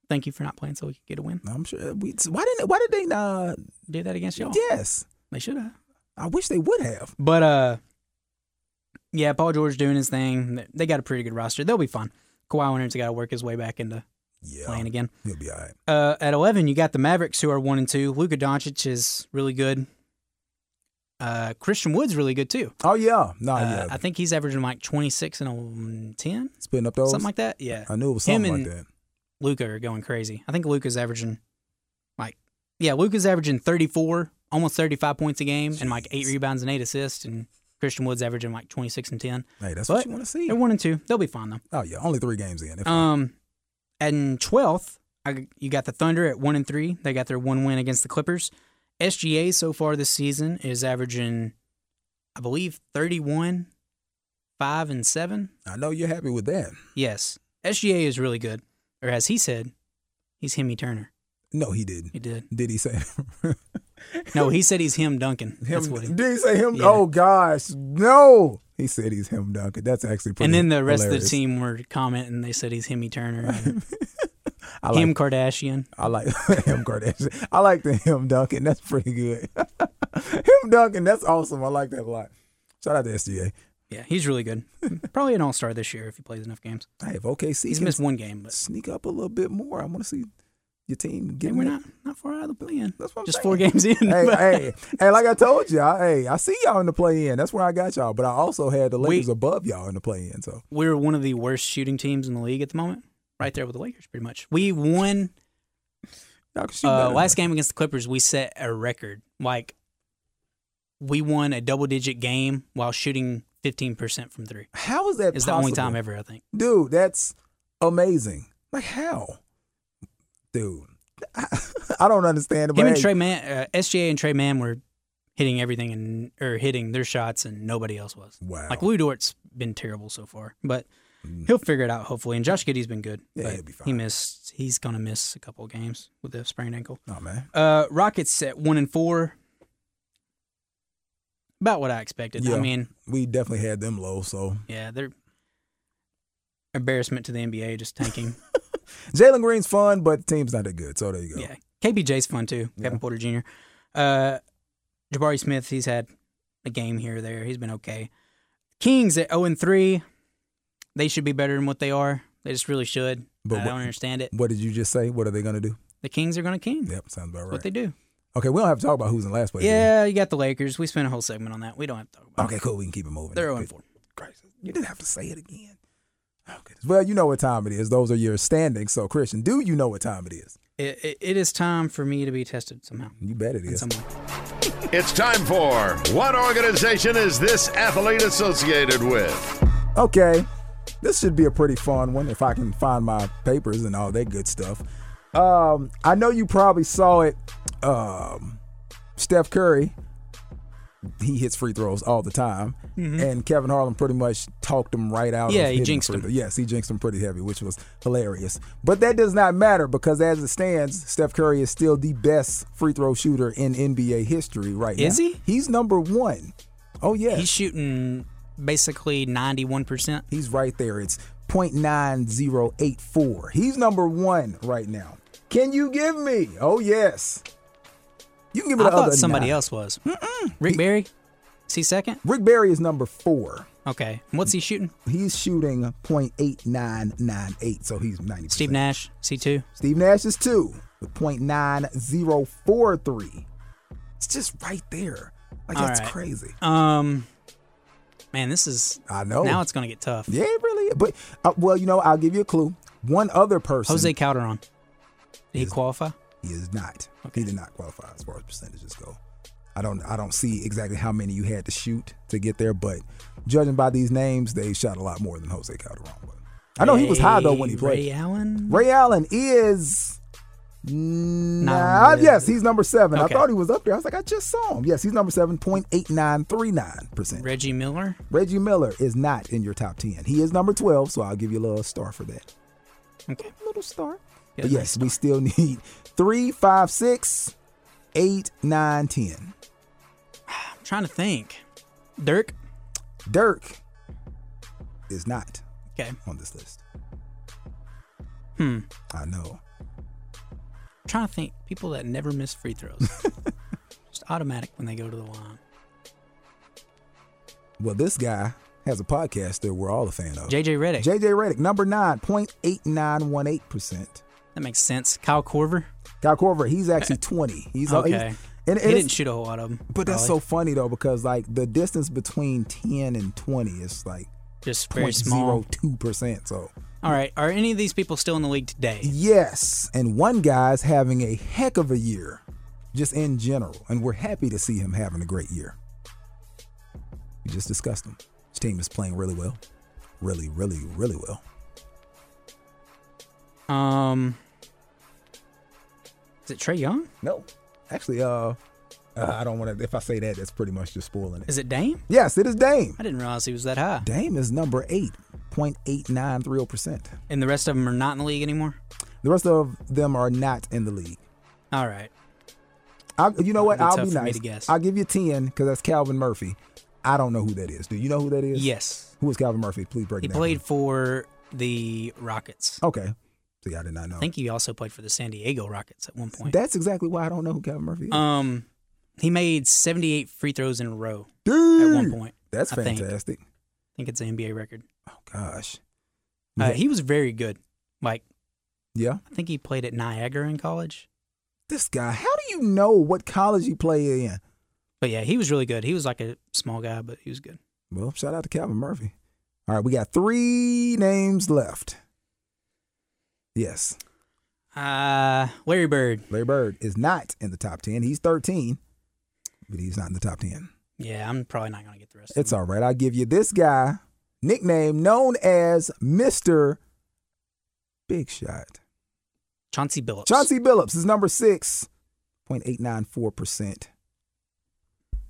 Speaker 5: thank you for not playing so we could get a win.
Speaker 4: I'm sure. We, why didn't? Why did they not?
Speaker 5: Do that against y'all?
Speaker 4: Yes,
Speaker 5: They should have.
Speaker 4: I wish they would have.
Speaker 5: But uh, yeah, Paul George doing his thing. They- They got a pretty good roster. They'll be fine. Kawhi Leonard's got to work his way back into
Speaker 4: Yeah,
Speaker 5: playing again.
Speaker 4: he'll be all right.
Speaker 5: Uh, at eleven, you got the Mavericks who are one and two. Luka Doncic is really good. Uh, Christian Wood's really good too.
Speaker 4: Oh yeah, nah,
Speaker 5: Uh,
Speaker 4: yeah.
Speaker 5: I think he's averaging like twenty six and um, ten,
Speaker 4: Spitting up those.
Speaker 5: something like that. Yeah,
Speaker 4: I knew it was
Speaker 5: Him
Speaker 4: something like
Speaker 5: and-
Speaker 4: that.
Speaker 5: Luca are going crazy. I think Luca's averaging like yeah, Luca's averaging 34, almost 35 points a game and like 8 rebounds and 8 assists and Christian Wood's averaging like 26 and 10.
Speaker 4: Hey, that's
Speaker 5: But
Speaker 4: what you want to see.
Speaker 5: They're 1 and 2. They'll be fine though.
Speaker 4: Oh yeah, only three games in. If-
Speaker 5: Um and 12th, I, you got the Thunder at 1 and 3. They got their one win against the Clippers. SGA so far this season is averaging I believe 31 5 and 7.
Speaker 4: I know you're happy with that.
Speaker 5: Yes. SGA is really good. Or as he said, he's Hemi Turner.
Speaker 4: No, he didn't.
Speaker 5: He did.
Speaker 4: Did he say
Speaker 5: No, he said he's him Duncan. That's what he.
Speaker 4: him? Did he say him?
Speaker 5: Yeah.
Speaker 4: Oh gosh, no. He said he's him Duncan. That's actually pretty.
Speaker 5: And then the rest of
Speaker 4: hilarious.
Speaker 5: the team were commenting. They said he's Hemi Turner, and
Speaker 4: I like,
Speaker 5: him Kardashian.
Speaker 4: I like him Kardashian. I like the him Duncan. That's pretty good. him Duncan. That's awesome. I like that a lot. Shout out to SGA.
Speaker 5: Yeah, he's really good. Probably an All Star this year if he plays enough games.
Speaker 4: Hey, if OKC
Speaker 5: He's
Speaker 4: can
Speaker 5: missed one game, but
Speaker 4: sneak up a little bit more, I want to see your team
Speaker 5: hey,
Speaker 4: get.
Speaker 5: we're not not far out of the play-in.
Speaker 4: That's what I'm
Speaker 5: Just
Speaker 4: saying.
Speaker 5: four games in.
Speaker 4: hey,
Speaker 5: but-
Speaker 4: hey, hey, like I told you, I, hey, I see y'all in the play in. That's where I got y'all. But I also had the
Speaker 5: We-
Speaker 4: Lakers above y'all in the play in. So
Speaker 5: We're one of the worst shooting teams in the league at the moment. Right there with the Lakers, pretty much. We won
Speaker 4: y'all can shoot better
Speaker 5: uh,
Speaker 4: than us.
Speaker 5: last game against the Clippers. We set a record. Like we won a double digit game while shooting fifteen percent from three.
Speaker 4: How is that
Speaker 5: It's the only
Speaker 4: possible?
Speaker 5: time ever I think.
Speaker 4: Dude, that's amazing. Like how? Dude. I, I don't understand it, but
Speaker 5: Him and
Speaker 4: hey,
Speaker 5: Trey Man, uh, SGA and Trey Man were hitting everything and or hitting their shots, and nobody else was.
Speaker 4: Wow. Mm.
Speaker 5: Like Lou Dort's been terrible so far, but he'll figure it out hopefully. And Josh Giddy's been good.
Speaker 4: Yeah,
Speaker 5: but
Speaker 4: he'll be
Speaker 5: He
Speaker 4: fine.
Speaker 5: missed. He's gonna miss a couple of games with a sprained ankle.
Speaker 4: no man.
Speaker 5: Uh, Rockets at one and four. About what I expected. I
Speaker 4: Yeah.
Speaker 5: mean,
Speaker 4: We definitely had them low, so
Speaker 5: yeah, they're embarrassment to the NBA, just tanking.
Speaker 4: Jalen Green's fun, but the team's not that good. So there you go.
Speaker 5: Yeah. KBJ's fun too. Kevin Porter Jr. Uh, Jabari Smith, he's had a game here or there. He's been okay. Kings at 0 and 3. They should be better than what they are. They just really should.
Speaker 4: But
Speaker 5: I
Speaker 4: what-
Speaker 5: don't understand it.
Speaker 4: What did you just say? What are they gonna do?
Speaker 5: The Kings are going to king. That's
Speaker 4: Yep, sounds about right.
Speaker 5: what they do.
Speaker 4: okay, we don't have to talk about who's in last place. do we?
Speaker 5: Yeah, you got the Lakers. We spent a whole segment on that. We don't have to talk about it.
Speaker 4: Okay, cool. We can keep it moving.
Speaker 5: They're 0
Speaker 4: Good.
Speaker 5: and 4.
Speaker 4: Christ, you didn't have to say it again. Oh, goodness. Well, you know what time it is. Those are your standings. So, Christian, do you know what time it is?
Speaker 5: It, it, it is time for me to be tested somehow.
Speaker 4: You bet it
Speaker 5: In
Speaker 4: is.
Speaker 5: some way.
Speaker 2: It's time for What Organization Is This Athlete Associated With?
Speaker 4: Okay, this should be a pretty fun one if I can find my papers and all that good stuff. Um, I know you probably saw it. Um, Steph Curry, he hits free throws all the time, and Kevin Harlan pretty much talked him right out.
Speaker 5: Mm-hmm. Yeah,
Speaker 4: of
Speaker 5: he
Speaker 4: hitting
Speaker 5: jinxed
Speaker 4: free
Speaker 5: him.
Speaker 4: throw. Yes, he jinxed him pretty heavy, which was hilarious. But that does not matter because as it stands, Steph Curry is still the best free throw shooter in NBA history right now.
Speaker 5: Is he?
Speaker 4: He's number one. Oh yeah,
Speaker 5: He's shooting basically 91%.
Speaker 4: He's right there. It's 0.9084. He's number one right now. Can you give me? Oh, yes. You can give me
Speaker 5: I
Speaker 4: the other
Speaker 5: thought somebody
Speaker 4: nine.
Speaker 5: else was. Rick Barry? Is he second?
Speaker 4: Rick Barry is number four.
Speaker 5: Okay. And What's he shooting?
Speaker 4: He's shooting .8998, so he's 90.
Speaker 5: Steve Nash, C2.
Speaker 4: Steve Nash is two with .9043. It's just right there. Like
Speaker 5: All
Speaker 4: that's
Speaker 5: right.
Speaker 4: crazy.
Speaker 5: Um, man, this is.
Speaker 4: I know.
Speaker 5: Now it's going to get tough.
Speaker 4: Yeah, it really. is. But uh, well, you know, I'll give you a clue. One other person
Speaker 5: Jose Calderon. Did he qualify?
Speaker 4: he is not. He did not qualify as far as percentages go. I don't. I don't see exactly how many you had to shoot to get there, but judging by these names, they shot a lot more than Jose Calderon. But I know Oh, he was high though when he
Speaker 5: Ray-
Speaker 4: played.
Speaker 5: Ray Allen?
Speaker 4: Ray Allen is. Nah,
Speaker 5: the-
Speaker 4: yes, he's number seven.
Speaker 5: Okay.
Speaker 4: I thought he was up there. I was like, I just saw him. Yes, he's number seven point eight nine three nine percent.
Speaker 5: Reggie Miller?
Speaker 4: Reggie Miller is not in your top ten. He is number twelve, so I'll give you a little star for that.
Speaker 5: Okay.
Speaker 4: Little star.
Speaker 5: Yeah,
Speaker 4: But yes, we still need three, five, six, eight, nine, ten.
Speaker 5: I'm trying to think. Dirk?
Speaker 4: Dirk is not
Speaker 5: Okay.
Speaker 4: on this list. Hmm. I know.
Speaker 5: I'm trying to think. People that never miss free throws. Just automatic when they go to the line.
Speaker 4: Well, this guy has a podcast that we're all a fan of.
Speaker 5: JJ Reddick.
Speaker 4: JJ Reddick, number nine, point eight nine one eight percent.
Speaker 5: that makes sense. Kyle Corver?
Speaker 4: Kyle Corver, he's actually twenty. He's
Speaker 5: Okay.
Speaker 4: he's- and, and
Speaker 5: he
Speaker 4: it's-
Speaker 5: didn't shoot a whole lot of them.
Speaker 4: But that's so funny though, because like the distance between ten and twenty is like
Speaker 5: Just very
Speaker 4: point
Speaker 5: small.
Speaker 4: zero two percent. So
Speaker 5: All right. Are any of these people still in the league today?
Speaker 4: Yes, and one guy's having a heck of a year, just in general, and we're happy to see him having a great year. We just discussed him. His team is playing really well, really, really, really well.
Speaker 5: Um, is it Trey Young?
Speaker 4: No, actually, uh, uh, I don't want to. If I say that, that's pretty much just spoiling it.
Speaker 5: Is it Dame?
Speaker 4: Yes, it is Dame.
Speaker 5: I didn't realize he was that high.
Speaker 4: Dame is number eight point eight nine three zero percent.
Speaker 5: And the rest of them are not in the league anymore?
Speaker 4: The rest of them are not in the league.
Speaker 5: All right.
Speaker 4: I, you know what?
Speaker 5: That'd be
Speaker 4: I'll
Speaker 5: tough
Speaker 4: be
Speaker 5: for me
Speaker 4: nice.
Speaker 5: to guess.
Speaker 4: I'll give you ten because that's Calvin Murphy. I don't know who that is. Do you know who that is?
Speaker 5: Yes.
Speaker 4: Who is Calvin Murphy? Please break
Speaker 5: He
Speaker 4: it down.
Speaker 5: played for the Rockets.
Speaker 4: Okay. See, I did not know.
Speaker 5: I think he also played for the San Diego Rockets at one point.
Speaker 4: That's exactly why I don't know who Calvin Murphy is.
Speaker 5: Um, he made 78 free throws in a row.
Speaker 4: Dude,
Speaker 5: one point,
Speaker 4: Mm. That's
Speaker 5: I think.
Speaker 4: fantastic.
Speaker 5: I think it's an NBA record.
Speaker 4: Oh gosh.
Speaker 5: Uh,
Speaker 4: Yeah.
Speaker 5: He was very good. Like
Speaker 4: Yeah.
Speaker 5: I think he played at Niagara in college.
Speaker 4: This guy. How do you know what college he played in?
Speaker 5: But yeah, he was really good. He was like a small guy, but he was good.
Speaker 4: Well, shout out to Calvin Murphy. All right, we got three names left. Yes.
Speaker 5: Uh, Larry Bird.
Speaker 4: Larry Bird is not in the top ten. He's thirteen, but he's not in the top ten.
Speaker 5: Yeah, I'm probably not gonna get the rest.
Speaker 4: It's
Speaker 5: of
Speaker 4: all right. I'll give you this guy, nickname known as Mr. Big Shot.
Speaker 5: them. Chauncey Billups.
Speaker 4: Chauncey Billups is number six, 0.894%.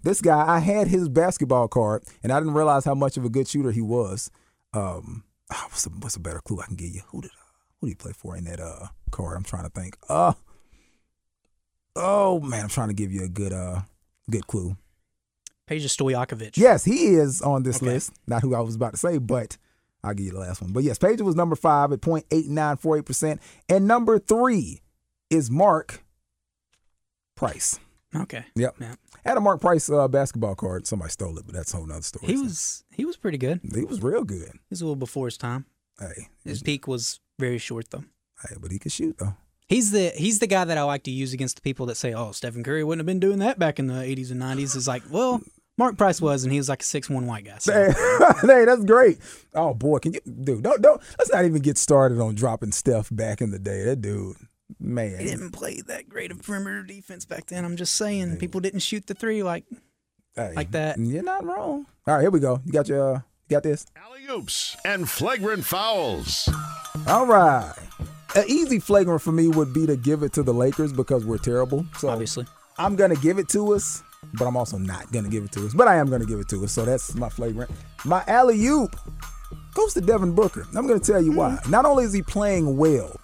Speaker 4: This guy, I had his basketball card, and I didn't realize how much of a good shooter he was. Um, ah, what's, a, what's a better clue I can give you? Who did uh, who did he play for in that uh card? I'm trying to think. Uh, oh man, I'm trying to give you a good uh good clue.
Speaker 5: Peja Stojakovic.
Speaker 4: Yes, he is on this
Speaker 5: Okay.
Speaker 4: list. Not who I was about to say, but I'll give you the last one. But yes, Paige was number five at 0.8948%. And number three is Mark Price.
Speaker 5: Okay.
Speaker 4: Yep.
Speaker 5: Yeah.
Speaker 4: Had a Mark Price uh, basketball card. Somebody stole it, but that's a whole nother story.
Speaker 5: He was he was pretty good. He
Speaker 4: he was real good.
Speaker 5: was a little before his time.
Speaker 4: Hey,
Speaker 5: His peak was very short though.
Speaker 4: hey, but he could shoot though.
Speaker 5: He's the he's the guy that I like to use against the people that say, "Oh, Stephen Curry wouldn't have been doing that back in the '80s and '90s." Is like, well, Mark Price was, and he was like a six-one white guy. So.
Speaker 4: Hey, hey, that's great. Oh boy, can you dude, don't don't let's not even get started on dropping stuff back in the day. That dude, man.
Speaker 5: He didn't play that great of perimeter defense back then. I'm just saying, people didn't shoot the three like
Speaker 4: Hey,
Speaker 5: like that.
Speaker 4: You're not wrong. All right, here we go. You got your uh, you got this?
Speaker 2: Alley oops and flagrant fouls.
Speaker 4: All right. An easy flagrant for me would be to give it to the Lakers because we're terrible. So
Speaker 5: obviously.
Speaker 4: I'm gonna give it to us, but I'm also not gonna give it to us. But I am gonna give it to us. So that's my flagrant. My alley oop goes to Devin Booker. I'm gonna tell you why. Not only is he playing well,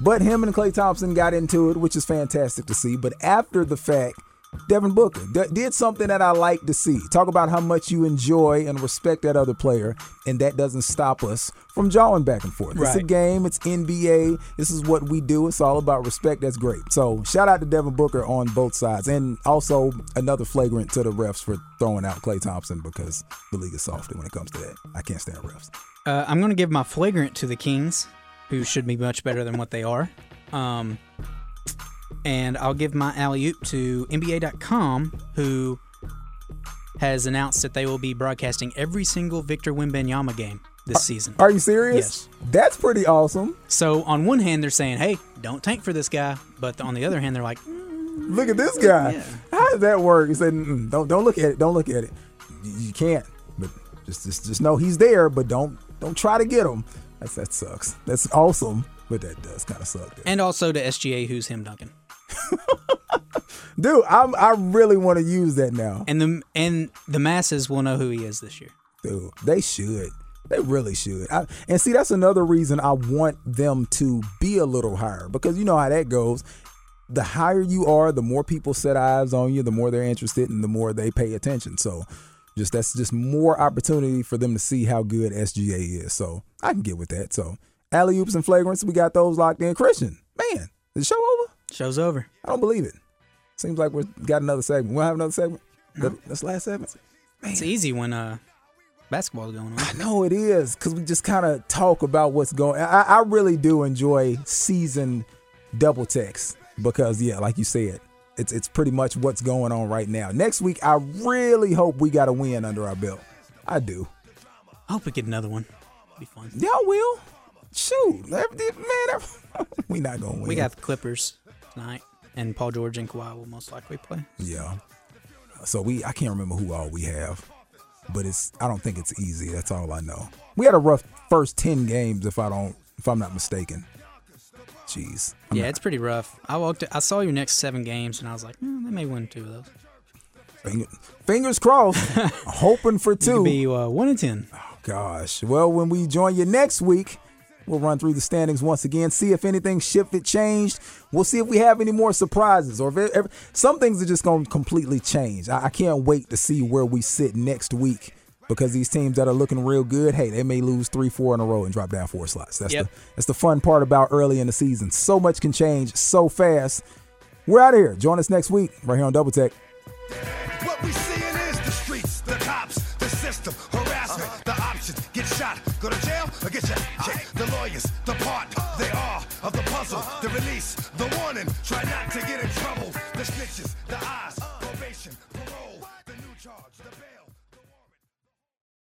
Speaker 4: but him and Clay Thompson got into it, which is fantastic to see. But after the fact, Devin Booker d- did something that I like to see. Talk about how much you enjoy and respect that other player, and that doesn't stop us from jawing back and forth. It's a
Speaker 5: Right.
Speaker 4: game, it's NBA. This is what we do. It's all about respect. That's great. So, shout out to Devin Booker on both sides, and also another flagrant to the refs for throwing out Clay Thompson because the league is softer when it comes to that. I can't stand refs.
Speaker 5: Uh, I'm going to give my flagrant to the Kings, who should be much better than what they are. Um, and I'll give my alley oop to NBA.com, who has announced that they will be broadcasting every single Victor Wimbenyama game this season.
Speaker 4: Are you serious? That's pretty awesome.
Speaker 5: So, on one hand, they're saying, hey, don't tank for this guy. But on the other hand, they're like,
Speaker 4: Look at this guy. How does that work? He said, "Mm-mm, "Don't don't look at it. Don't look at it. You, you can't. But just, just just know he's there. But don't don't try to get him. That's, that sucks. That's awesome. But that does kind of suck.
Speaker 5: and also to SGA, who's him dunking.
Speaker 4: Dude, I'm I really want to use that now.
Speaker 5: And the, and the masses will know who he is this year.
Speaker 4: Dude, they should. They really should. I, and see, that's another reason I want them to be a little higher because you know how that goes. The higher you are, the more people set eyes on you, the more they're interested, and the more they pay attention. So, just that's just more opportunity for them to see how good SGA is. So, I can get with that. So, alley oops and flagrants, we got those locked in. Christian, man, is the show over?
Speaker 5: Show's over.
Speaker 4: I don't believe it. Seems like we've got another segment. We'll have another segment. That- That's the last segment.
Speaker 5: It's easy when uh, basketball's going on.
Speaker 4: No, it is because we just kind of talk about what's going. I, I really do enjoy season double text because, yeah, like you said, it's it's pretty much what's going on right now. Next week, I really hope we got a win under our belt. I do.
Speaker 5: I hope we get another one. Be fun.
Speaker 4: Y'all will. Shoot, that- that- man, that- we not gonna win.
Speaker 5: We got the Clippers tonight, and Paul George and Kawhi will most likely play.
Speaker 4: yeah. So we, I can't remember who all we have, but it's. I don't think it's easy. That's all I know. We had a rough first ten games, if I don't, if I'm not mistaken. Jeez. I'm
Speaker 5: Yeah, it's pretty rough. I walked. I saw your next seven games, and I was like, "Hmm, they may win two of those.
Speaker 4: Finger- Fingers crossed. hoping for
Speaker 5: It could
Speaker 4: two.
Speaker 5: be uh, one in ten.
Speaker 4: Gosh. Well, when we join you next week, we'll run through the standings once again, see if anything shifted, changed. We'll see if we have any more surprises or if it, if- some things are just going to completely change. I, I can't wait to see where we sit next week because these teams that are looking real good, hey, they may lose three, four in a row and drop down four slots. That's
Speaker 5: Yep.
Speaker 4: the that's the fun part about early in the season. So much can change so fast. We're out of here. Join us next week right here on Double Tech.
Speaker 3: What we seeing is the streets, the cops, the system, harassment, the options. Get shot, go to jail, or get shot. The lawyers, the part they are of the puzzle, the release, the warning. Try not to get in trouble. The snitches, the eyes,